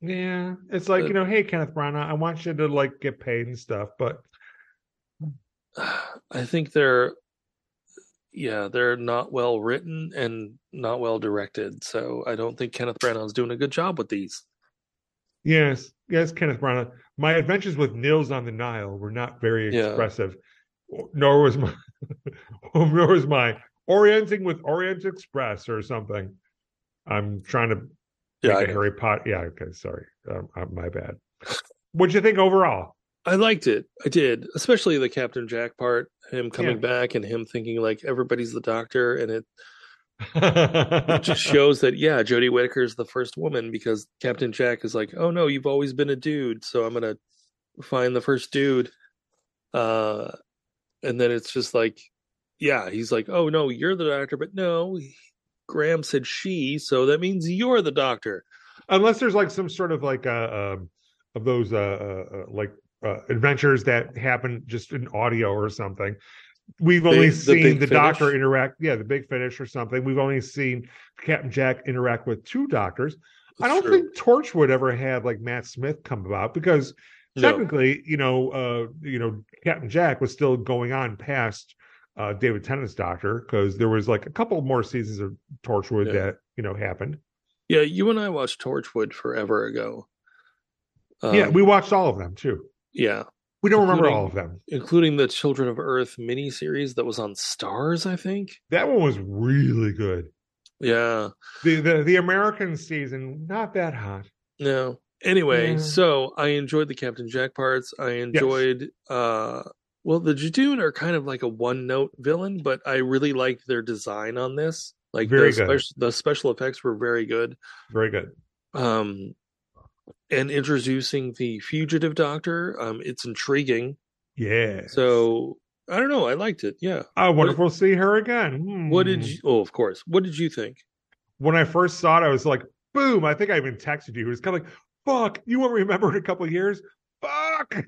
Yeah, it's like But- you know, hey Kenneth Branagh, I want you to like get paid and stuff, but <sighs> I think they're yeah, they're not well written and not well directed. So I don't think Kenneth Branagh's doing a good job with these. yes, yes, Kenneth Branagh. My adventures with Nils on the Nile were not very Yeah. expressive, nor was my, <laughs> nor was my orienting with Orient Express or something. I'm trying to Yeah, make I, a Harry Potter. Yeah, okay, sorry, um, uh, my bad. What'd you think overall? <laughs> I liked it. I did, especially the Captain Jack part, him coming Yeah. back and him thinking like everybody's the doctor, and it it just shows that yeah, Jodie Whittaker is the first woman because Captain Jack is like, oh no, you've always been a dude, so I'm gonna find the first dude. Uh, and then it's just like, yeah, he's like, oh no, you're the doctor, but no, Graham said she, so that means you're the doctor. unless there's like some sort of like uh, um of those uh, uh uh, like uh, adventures that happen just in audio or something we've only the seen Big the doctor Finish? interact yeah the big finish or something we've only seen captain jack interact with two doctors i don't True. think torchwood ever had like matt smith come about because No. technically you know uh you know captain jack was still going on past uh david tennant's doctor because there was like a couple more seasons of torchwood Yeah. that you know happened Yeah, you and I watched Torchwood forever ago. Um, yeah we watched all of them too yeah, We don't remember Including- all of them. including the Children of Earth miniseries that was on Stars, I think. That one was really good. Yeah. The the, the American season, not that hot. No. Anyway, Yeah. so I enjoyed the Captain Jack parts. I enjoyed uh well the Jadoon are kind of like a one note villain, but I really liked their design on this. Like Very the, good. Special, the special effects were very good. Very good. Um and introducing the fugitive doctor, um, it's intriguing. Yeah. So I don't know, I liked it. Yeah. I wonder if we'll see her again. Hmm. What did you oh of course. What did you think? when I first saw it, I was like, boom. I think I even texted you. It was kind of like, fuck, you won't remember in a couple of years. Fuck. <laughs>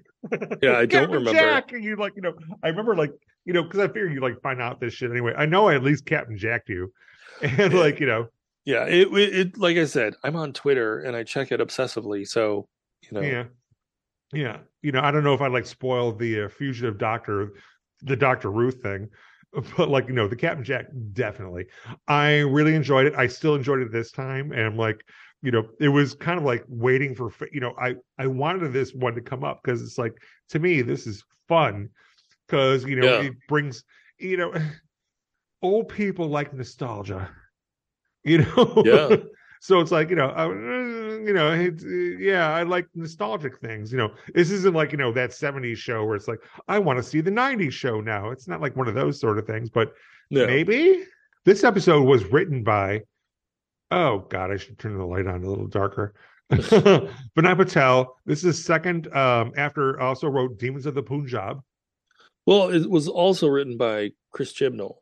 Yeah, I don't Captain remember. Jack. And you like, you know, I remember like, you know, because I figured you like find out this shit anyway. I know I at least Captain Jacked you. <laughs> And Yeah. like, you know, Yeah, it, it it like I said, I'm on Twitter and I check it obsessively, so you know Yeah. Yeah. You know, I don't know if I'd like spoil the uh, fugitive doctor, the Dr. Ruth thing, <laughs> but like, you know, the Captain Jack, definitely. I really enjoyed it. I still enjoyed it this time. And I'm like, you know, it was kind of like waiting for, fa- you know, I, I wanted this one to come up because it's like, to me, this is fun because, you know, Yeah. it brings, you know, <laughs> old people like nostalgia, you know? Yeah. <laughs> So it's like you know, uh, you know, it's, uh, yeah, I like nostalgic things. You know, this isn't like you know that '70s show where it's like I want to see the '90s show now. It's not like one of those sort of things. But no. maybe this episode was written by. Oh God, I should turn the light on a little darker. <laughs> Vinay Patel. This is second um, after also wrote Demons of the Punjab. Well, it was also written by Chris Chibnall.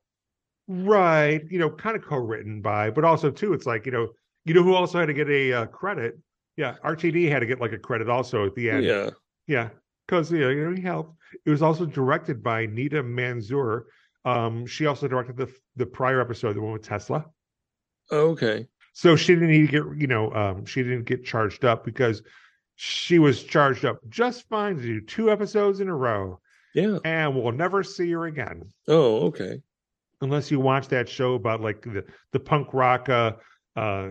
Right, you know, kind of co-written by, but also too, it's like you know, you know who also had to get a uh, credit. Yeah, RTD had to get like a credit also at the Oh, Yeah. end. yeah, because you know, you know he helped. It was also directed by Nita Manzoor. Um, she also directed the the prior episode, the one with Tesla. Oh, Okay. So she didn't need to get you know, um, she didn't get charged up because she was charged up just fine to do two episodes in a row, Yeah. and we'll never see her again. Oh, okay. unless you watch that show about like the the punk rock uh uh,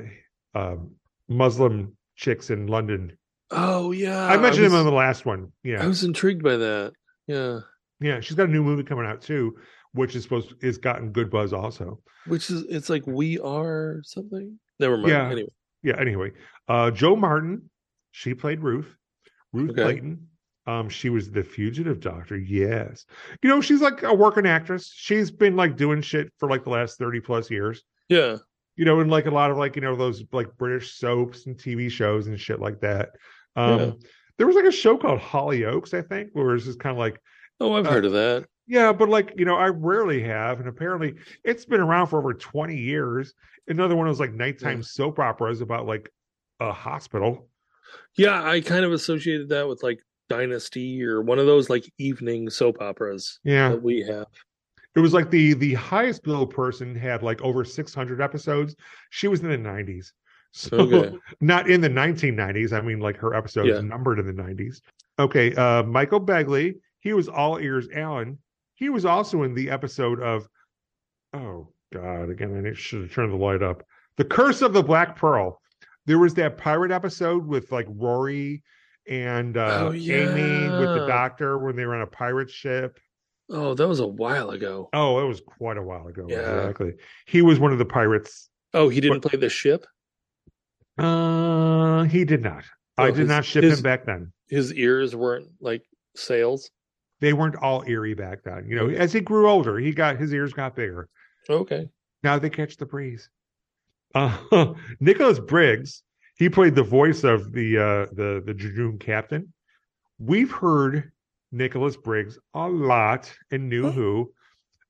um Muslim chicks in London. Oh yeah, I mentioned was, him on the last one. I Yeah, was intrigued by that. Yeah, yeah. She's got a new movie coming out too, which is supposed to, is gotten good buzz also. which is it's like we are something. Never mind. Yeah. Anyway, Yeah. Anyway, uh, Joe Martin, she played Ruth. Ruth Okay. Clayton. Um, she was the fugitive doctor. Yes, you know she's like a working actress. She's been like doing shit for like the last thirty plus years. yeah, you know, in like a lot of like, you know, those like British soaps and TV shows and shit like that. Um, Yeah. there was like a show called Holly Oaks, I think, where it's just kind of like, oh, I've Uh, heard of that. yeah, but like, you know, I rarely have. And apparently it's been around for over 20 years. Another one was like nighttime Yeah. soap operas about like a hospital. Yeah, I kind of associated that with like Dynasty or one of those like evening soap operas Yeah. that we have. It was like the the highest bill person had like over 600 episodes. She was in the 90s. So Okay. <laughs> not in the 1990s. I mean, like her episodes Yeah. numbered in the 90s. Okay, uh, Michael Begley. He was all ears, Alan. He was also in the episode of, oh God, again, I should have turned the light up. The Curse of the Black Pearl. There was that pirate episode with like Rory and uh, Oh, Amy with the yeah. doctor when they were on a pirate ship. Oh, that was a while ago. Oh, it was quite a while ago. Yeah. Exactly. He was one of the pirates. Oh, he didn't play the ship. Uh, he did not. I Oh, did his- not ship his- him back then. His ears weren't like sails. they weren't all eerie back then. You know, as he grew older, he got his ears got bigger. Okay. Now they catch the breeze. Uh, <laughs> Nicholas Briggs, he played the voice of the uh, the the Dragoon captain. We've heard Nicholas Briggs a lot in New Huh? Who.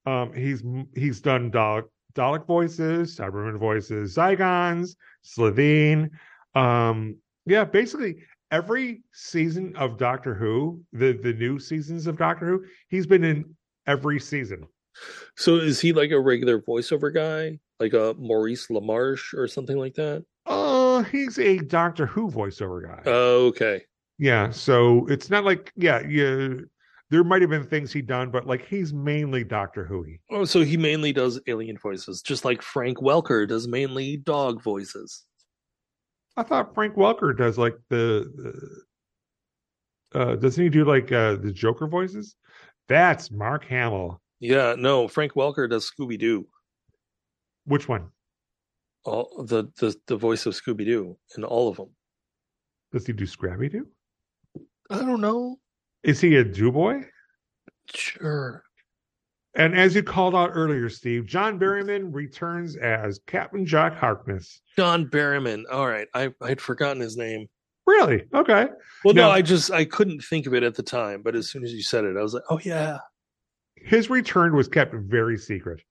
Um, he's he's done Dalek, Dalek voices, Cyberman voices, Zygons, Slovene. Um, yeah, basically every season of Doctor Who, the the new seasons of Doctor Who, he's been in every season. So is he like a regular voiceover guy, like a Maurice LaMarche or something like that? Uh, he's a Doctor Who voiceover guy. Oh, okay. Yeah, so it's not like yeah, yeah. There might have been things he done, but like he's mainly Doctor Who. Oh, so he mainly does alien voices, just like Frank Welker does mainly dog voices. I thought Frank Welker does like the, the uh doesn't he do like uh the Joker voices? That's Mark Hamill. Yeah, no, Frank Welker does Scooby Doo, Which one? all the, the the voice of Scooby Doo in all of them. Does he do Scrappy Doo? I don't know. Is he a do boy? Sure. And as you called out earlier, Steve, John Berryman returns as Captain Jock Harkness. John Barrowman. All right, I I'd forgotten his name. Really? Okay. Well, no, No. I just I couldn't think of it at the time, but as soon as you said it, I was like, oh yeah, his return was kept very secret.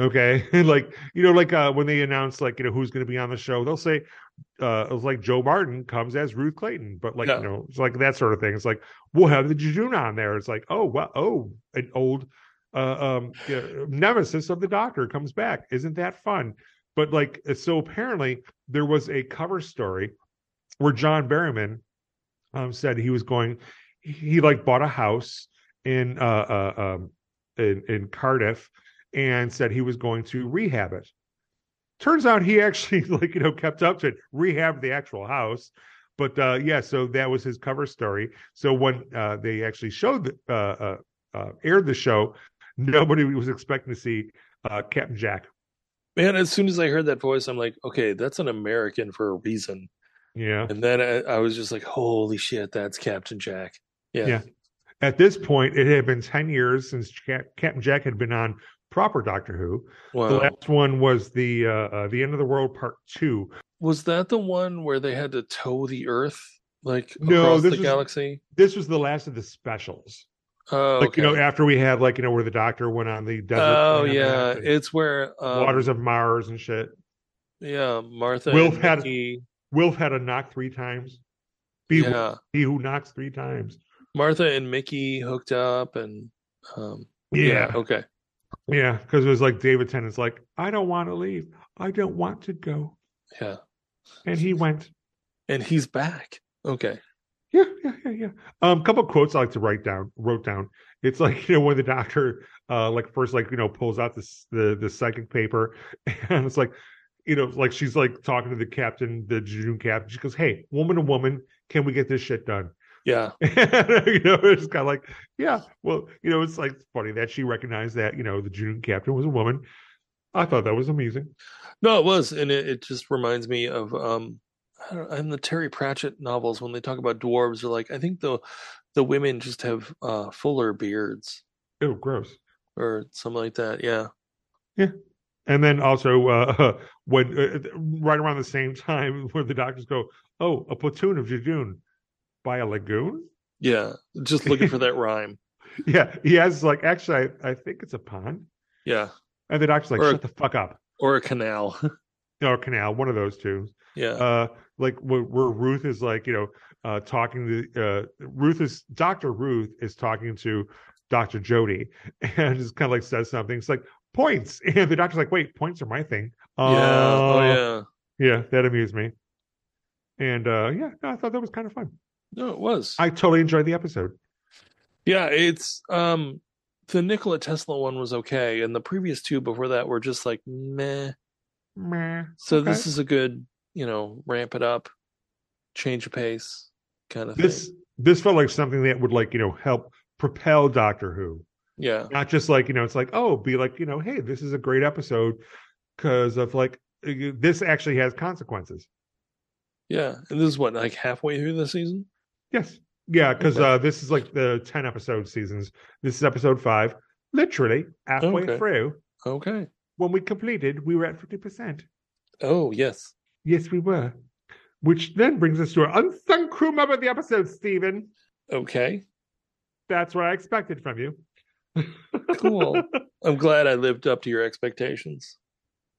Okay. <laughs> like, you know, like uh when they announce like, you know, who's gonna be on the show, they'll say uh it was like Joe Martin comes as Ruth Clayton, but like, Yeah. you know, it's like that sort of thing. It's like, we'll have the Jejuna on there. It's like, oh well, oh, an old uh um you know, nemesis of the doctor comes back. Isn't that fun? But like uh, so apparently there was a cover story where John Berryman um, said he was going. He like bought a house in uh, uh, um, in, in Cardiff, and said he was going to rehab it. Turns out he <laughs> actually like you know kept up to it, rehabbed the actual house. But uh, yeah, so that was his cover story. So when uh, they actually showed the, uh, uh, uh, aired the show, nobody was expecting to see uh, Captain Jack. man. As soon as I heard that voice, I'm like, okay, that's an American for a reason. Yeah. And then I, I was just like, holy shit, that's Captain Jack. Yeah. Yeah. At this point, it had been ten years since Cap- Captain Jack had been on proper Doctor Who. The Wow. last one was the uh, uh, the end of the world part two. was that the one where they had to tow the Earth like No, across the this was- galaxy? This was the last of the specials. Oh, Like you know, okay. after we had like you know where the Doctor went on the desert. oh planet yeah, and it's where um, waters of Mars and shit. Yeah, Martha. Wilf and had- Mickey- Wilf had a knock three times. Be yeah, he who knocks three times. Martha and Mickey hooked up, and um, Yeah, okay. yeah. Because it was like David Tennant's like, I don't want to leave. I don't want to go, Yeah, and he went. and he's back. Okay. Yeah, yeah, yeah, yeah. Um, couple quotes I like to write down, wrote down. It's like <laughs> you know when the doctor, uh, like first like you know pulls out this the the psychic paper, <laughs> and it's like you know, like she's like talking to the captain, the June captain. She goes, "Hey, woman to woman, can we get this shit done?" <laughs> Yeah. you know, it's kind of like, yeah, well, you know, it's like funny that she recognized that you know the June captain was a woman. I thought that was amusing. No, it was, and it, it just reminds me of um, I don't, in the Terry Pratchett novels when they talk about dwarves, they're like, I think the the women just have uh fuller beards Oh, gross. or something like that. Yeah. And then also uh, <laughs> when uh, right around the same time <laughs> where the doctors go, "Oh, a platoon of Jejun by a lagoon." <laughs> Yeah. Just looking for that rhyme. Yeah, he has like actually, I, I think it's a pond. Yeah. And the doctor's like, Or- "Shut the fuck up." Or a canal. <laughs> Or canal, one of those two. yeah. uh like where, where ruth is like you know uh talking to uh ruth is dr ruth is talking to dr jody <laughs> and just kind of like says something it's like points <laughs> and the doctor's like wait points are my thing yeah. Uh, Oh yeah. yeah that amused me and uh yeah no, i thought that was kind of fun No, it was. i totally enjoyed the episode Yeah, it's um the Nikola Tesla one was okay, and the previous two before that were just like meh. Meh. So this is a good, you know, ramp it up, change of pace kind of this thing. this felt like something that would like you know help propel doctor who Yeah, not just like you know it's like oh be like you know hey this is a great episode because of like you- this actually has consequences yeah. And this is what like halfway through the season. yes yeah because Okay. uh this is like the 10 episode seasons this is episode five literally halfway Okay. through Okay. when we completed we were at 50% Oh yes. yes we were which then brings us to our unsung crew member of the episode steven Okay. that's what i expected from you <laughs> Cool. I'm glad I lived up to your expectations.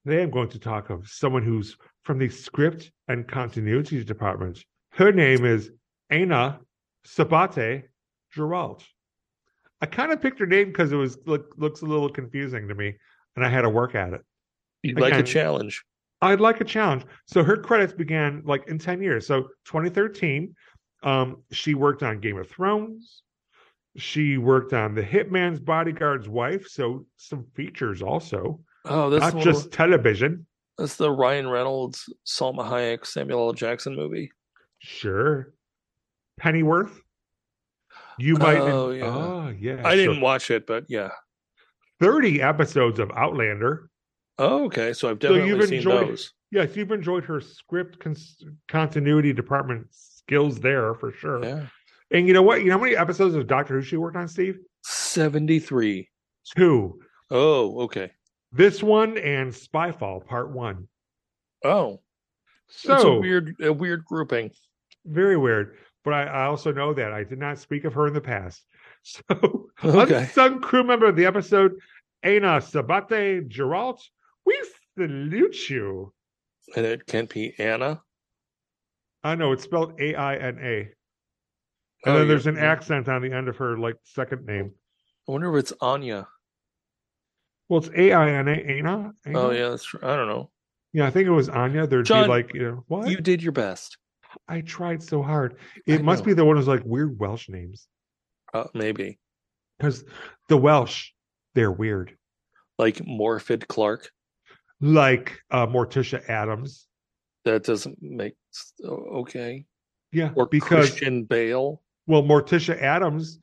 Today I'm going to talk of someone who's from the script and continuity department. Her name is Ana Sabate Geralt. I kind of picked her name because it was look, looks a little confusing to me, and I had to work at it. You'd like a Again. challenge. I'd like a challenge. So her credits began like in 10 years. So 2013, um, she worked on Game of Thrones. She worked on The Hitman's Bodyguard's Wife. So some features also, Oh, that's the not one just with- television. that's the Ryan Reynolds, Salma Hayek, Samuel L. Jackson movie. Sure. Pennyworth. You might. Oh, yeah. Oh, yeah. I So didn't watch it, but yeah. 30 episodes of Outlander. Oh, okay. So I've So definitely you've seen enjoyed- those. Yes, you've enjoyed her script cons- continuity department skills there for sure. Yeah. And you know what? You know how many episodes of Doctor Who she worked on, Steve? 73. Two. Oh, okay. This one and Spyfall Part One. Oh. So it's a weird a weird <laughs> grouping. very weird. But I, I also know that I did not speak of her in the past. <laughs> So Okay. unsung crew member of the episode, Ana Sabate Geralt. We salute you. And it can't be Anna. I know it's spelled A I N A, and Oh, then yeah. there's an accent on the end of her like second name. I wonder if it's Anya. Well, it's A I N A Ana. Ana? Oh yeah, that's right. I don't know. yeah. I think it was Anya. There'd John, be like you know what You did your best. I tried so hard. I It must know. be the one who's like weird Welsh names Uh, maybe. because the Welsh they're weird, Like Morphid Clark. like uh, Morticia Adams. That doesn't make s- o- okay. Yeah, Or because Christian Bale. Well, Morticia Adams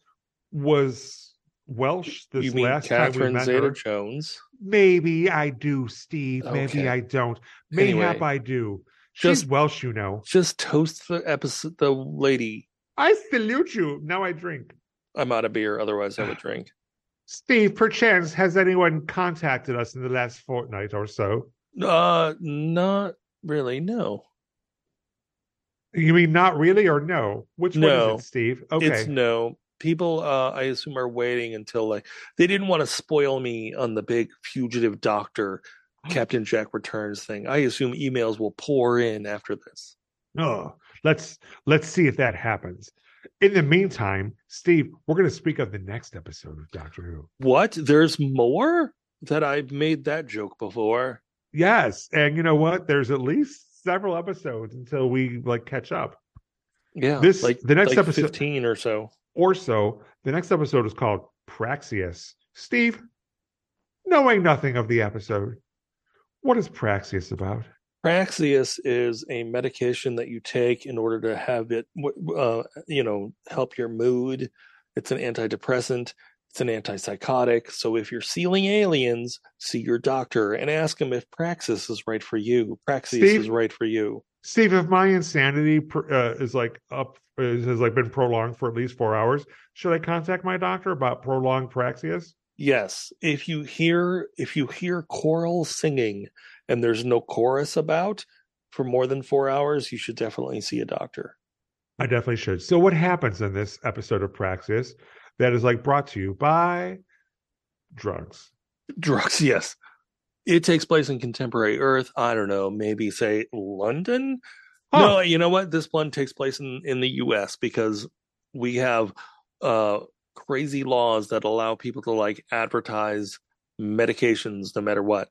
was Welsh this You mean last time we Catherine met Zeta her. Jones? Maybe I do, Steve. Maybe Okay. I don't. Mayhap Anyway, I do. She's just- Welsh, you know. Just toast the episode the lady. I salute you. Now I drink. I'm out of beer, <sighs> otherwise I would drink. Steve, perchance, has anyone contacted us in the last fortnight or so? Uh not really, no. You mean not really or no? Which one No. is it, Steve? Okay. It's no people. Uh, I assume are waiting until like they didn't want to spoil me on the big fugitive doctor Captain Jack returns thing. I assume emails will pour in after this. Oh, let's let's see if that happens. In the meantime, Steve, we're going to speak of the next episode of Doctor Who. What? There's more that I've made that joke before. Yes, and you know what? There's at least several episodes until we like catch up. Yeah, This- Oh, like the next like episode- fifteen or so. Or so, the next episode is called Praxius. Steve, knowing nothing of the episode, What is Praxis about? Praxis is a medication that you take in order to have it, uh, you know, help your mood. It's an antidepressant. It's an antipsychotic. So if you're sealing aliens, see your doctor and ask him if Praxis is right for you. Praxis Steve? is right for you. Steve, if my insanity pr- uh, is like up is, has like been prolonged for at least four hours, should I contact my doctor about prolonged praxis? Yes, if you hear if you hear choral singing and there's no chorus about for more than 4 hours, you should definitely see a doctor. <laughs> I definitely should. So, what happens in this episode of Praxis that is like brought to you by drugs? Drugs, yes. It takes place in contemporary Earth. I don't know, maybe say London. Huh. No, you know what? This one takes place in, in the US because we have uh crazy laws that allow people to like advertise medications no matter what.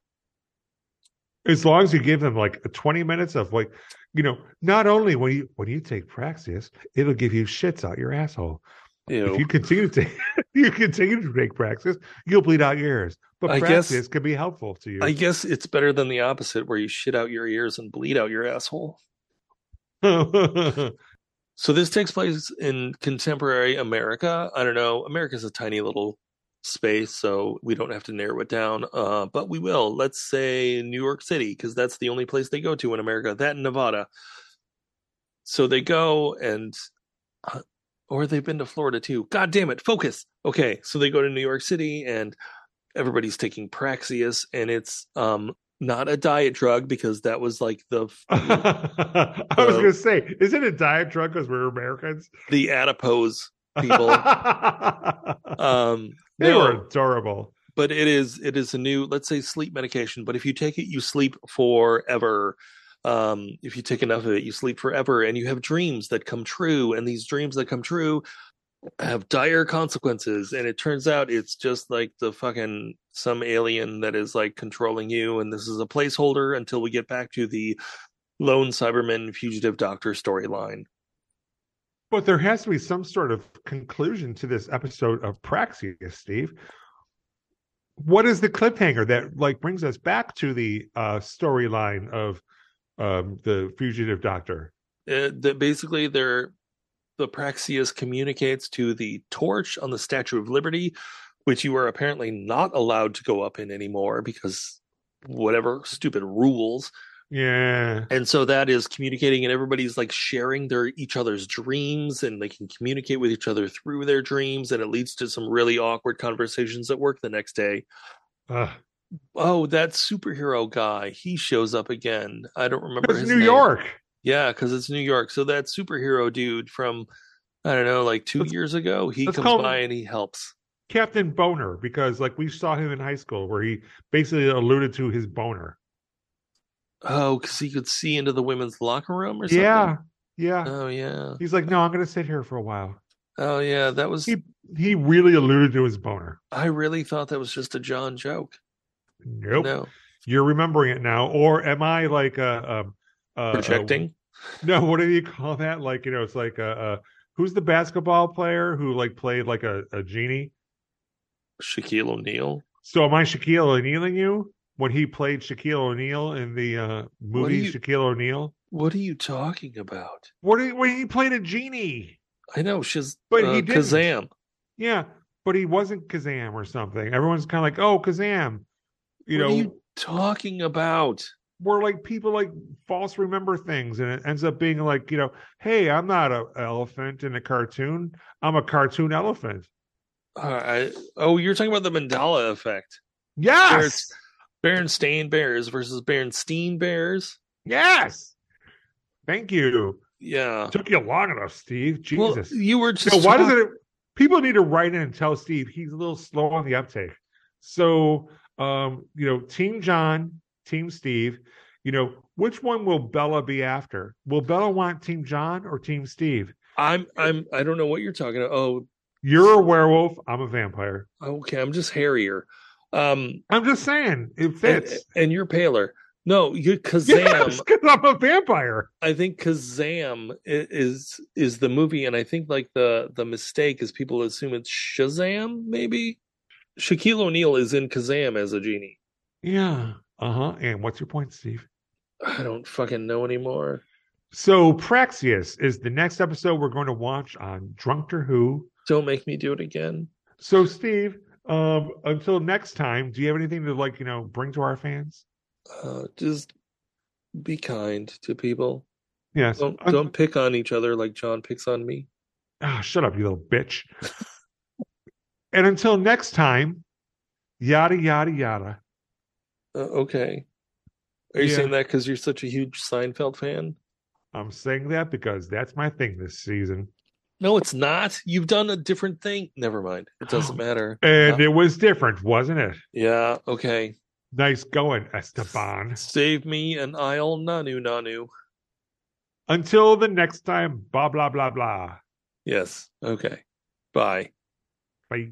as long as you give them like 20 minutes of like you know not only when you when you take praxis it'll give you shits out your asshole Ew. if you continue to take <laughs> you continue to take praxis you'll bleed out your ears but I guess- praxis can be helpful to you <laughs> I guess it's better than the opposite where you shit out your ears and bleed out your asshole. So this takes place in contemporary America. I don't know. America's a tiny little space, so we don't have to narrow it down. Uh, but we will. Let's say New York City, because that's the only place they go to in America. That and Nevada. So they go and, uh, or they've been to Florida too. God damn it! Focus. Okay, so they go to New York City and everybody's taking Praxis, and it's um not a diet drug because that was like the i was So- gonna say is it a diet drug because we're americans the adipose. People. Um, <laughs> they no. were adorable but it is it is a new let's say sleep medication but if you take it you sleep forever um if you take enough of it you sleep forever and you have dreams that come true and these dreams that come true have dire consequences and it turns out it's just like the fucking some alien that is like controlling you and this is a placeholder until we get back to the lone cyberman fugitive doctor storyline But there has to be some sort of conclusion to this episode of Praxis, Steve. What is the cliffhanger that like brings us back to the uh, storyline of um, the fugitive doctor? uh, that basically they're the Praxius communicates to the torch on the Statue of Liberty, which you are apparently not allowed to go up in anymore because whatever stupid rules. Yeah, And so that is communicating, and everybody's like sharing their each other's dreams, and they can communicate with each other through their dreams, and it leads to some really awkward conversations at work the next day. Ugh. Oh, that superhero guy, he shows up again. I don't remember it's his New name. York. Yeah, because it's New York. So that superhero dude from I don't know, like 2 Let's- years ago, he let's comes call him- by and he helps. Captain Boner, because like we saw him in high school, where he basically alluded to his boner. Oh, because he could see into the women's locker room or something. Yeah, yeah. Oh yeah. He's like, no, I'm gonna sit here for a while. Oh yeah. That was. He he really alluded to his boner. I really thought that was just a John joke. Nope. No, you're remembering it now or am i like uh um uh, uh, projecting. no what do you call that like you know it's like uh, uh who's the basketball player who like played like a, a genie Shaquille O'Neal. so am i shaquille o'nealing you when he played shaquille o'neal in the uh movie you- shaquille o'neal What are you talking about? what do you- when he played a genie I know she's. But uh, he didn't. Kazam. yeah but he wasn't kazam or something everyone's kind of like oh kazam you what know are you talking about? where like people like false remember things and it ends up being like you know hey i'm not a elephant in a cartoon i'm a cartoon elephant All right. Oh, you're talking about the mandala effect. Where yes it's Berenstain Bears versus Berenstein Bears. yes thank you Yeah. took you long enough steve jesus Well, you were just. so why does talk- it people need to write in and tell steve he's a little slow on the uptake so um you know team john team steve you know which one will bella be after will bella want team john or team steve I'm I'm I don't know what you're talking about. Oh, you're a werewolf i'm a vampire okay, I'm just hairier. Um I'm just saying it and, fits. <laughs> and you're paler. No, you Kazam. Yes, because I'm a vampire. I think Kazam i- is is the movie, and I think like the the mistake is people assume it's Shazam. Maybe Shaquille O'Neal is in Kazam as a genie. Yeah. Uh huh. And what's your point, Steve? I don't fucking know anymore. So Praxius is the next episode we're going to watch on Drunkter Who. Don't make me do it again. So Steve, um, until next time, do you have anything to like, you know, bring to our fans? Uh, just be kind to people. Yes. Don't Un- don't pick on each other like John picks on me. Ah, shut up, you little bitch. and until next time, yada yada yada. Uh, okay. Are you Yeah. saying that because you're such a huge Seinfeld fan? I'm saying that because that's my thing this season. No, it's not. You've done a different thing. Never mind. It doesn't matter. And Uh, it was different, wasn't it? <laughs> yeah. Okay. Nice going, Esteban. Save me and I'll nanu nanu. Until the next time, blah blah blah blah. Yes. Okay. Bye. Bye.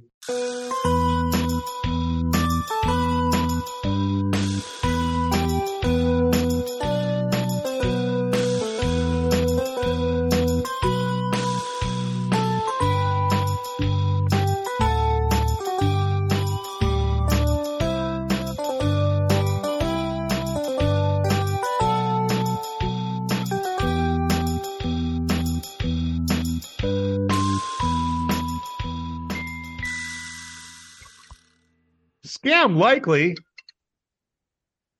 Scam likely.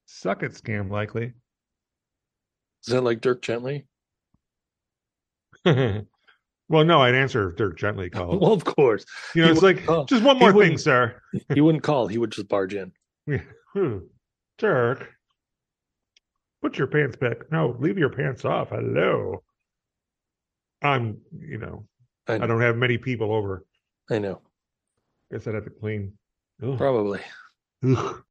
Suck it, scam likely. Is that like Dirk Gently? <laughs> well, no, I'd answer if Dirk gently called. <laughs> Well, of course. you know, he it's wouldn't like call. just one more thing, wouldn't. sir. He wouldn't call. He would just barge in. Hmm. Dirk, put your pants back. No, leave your pants off. Hello. I'm, you know, I I know. don't have many people over. I know. Guess I'd have to clean. Ugh. Probably. Ugh.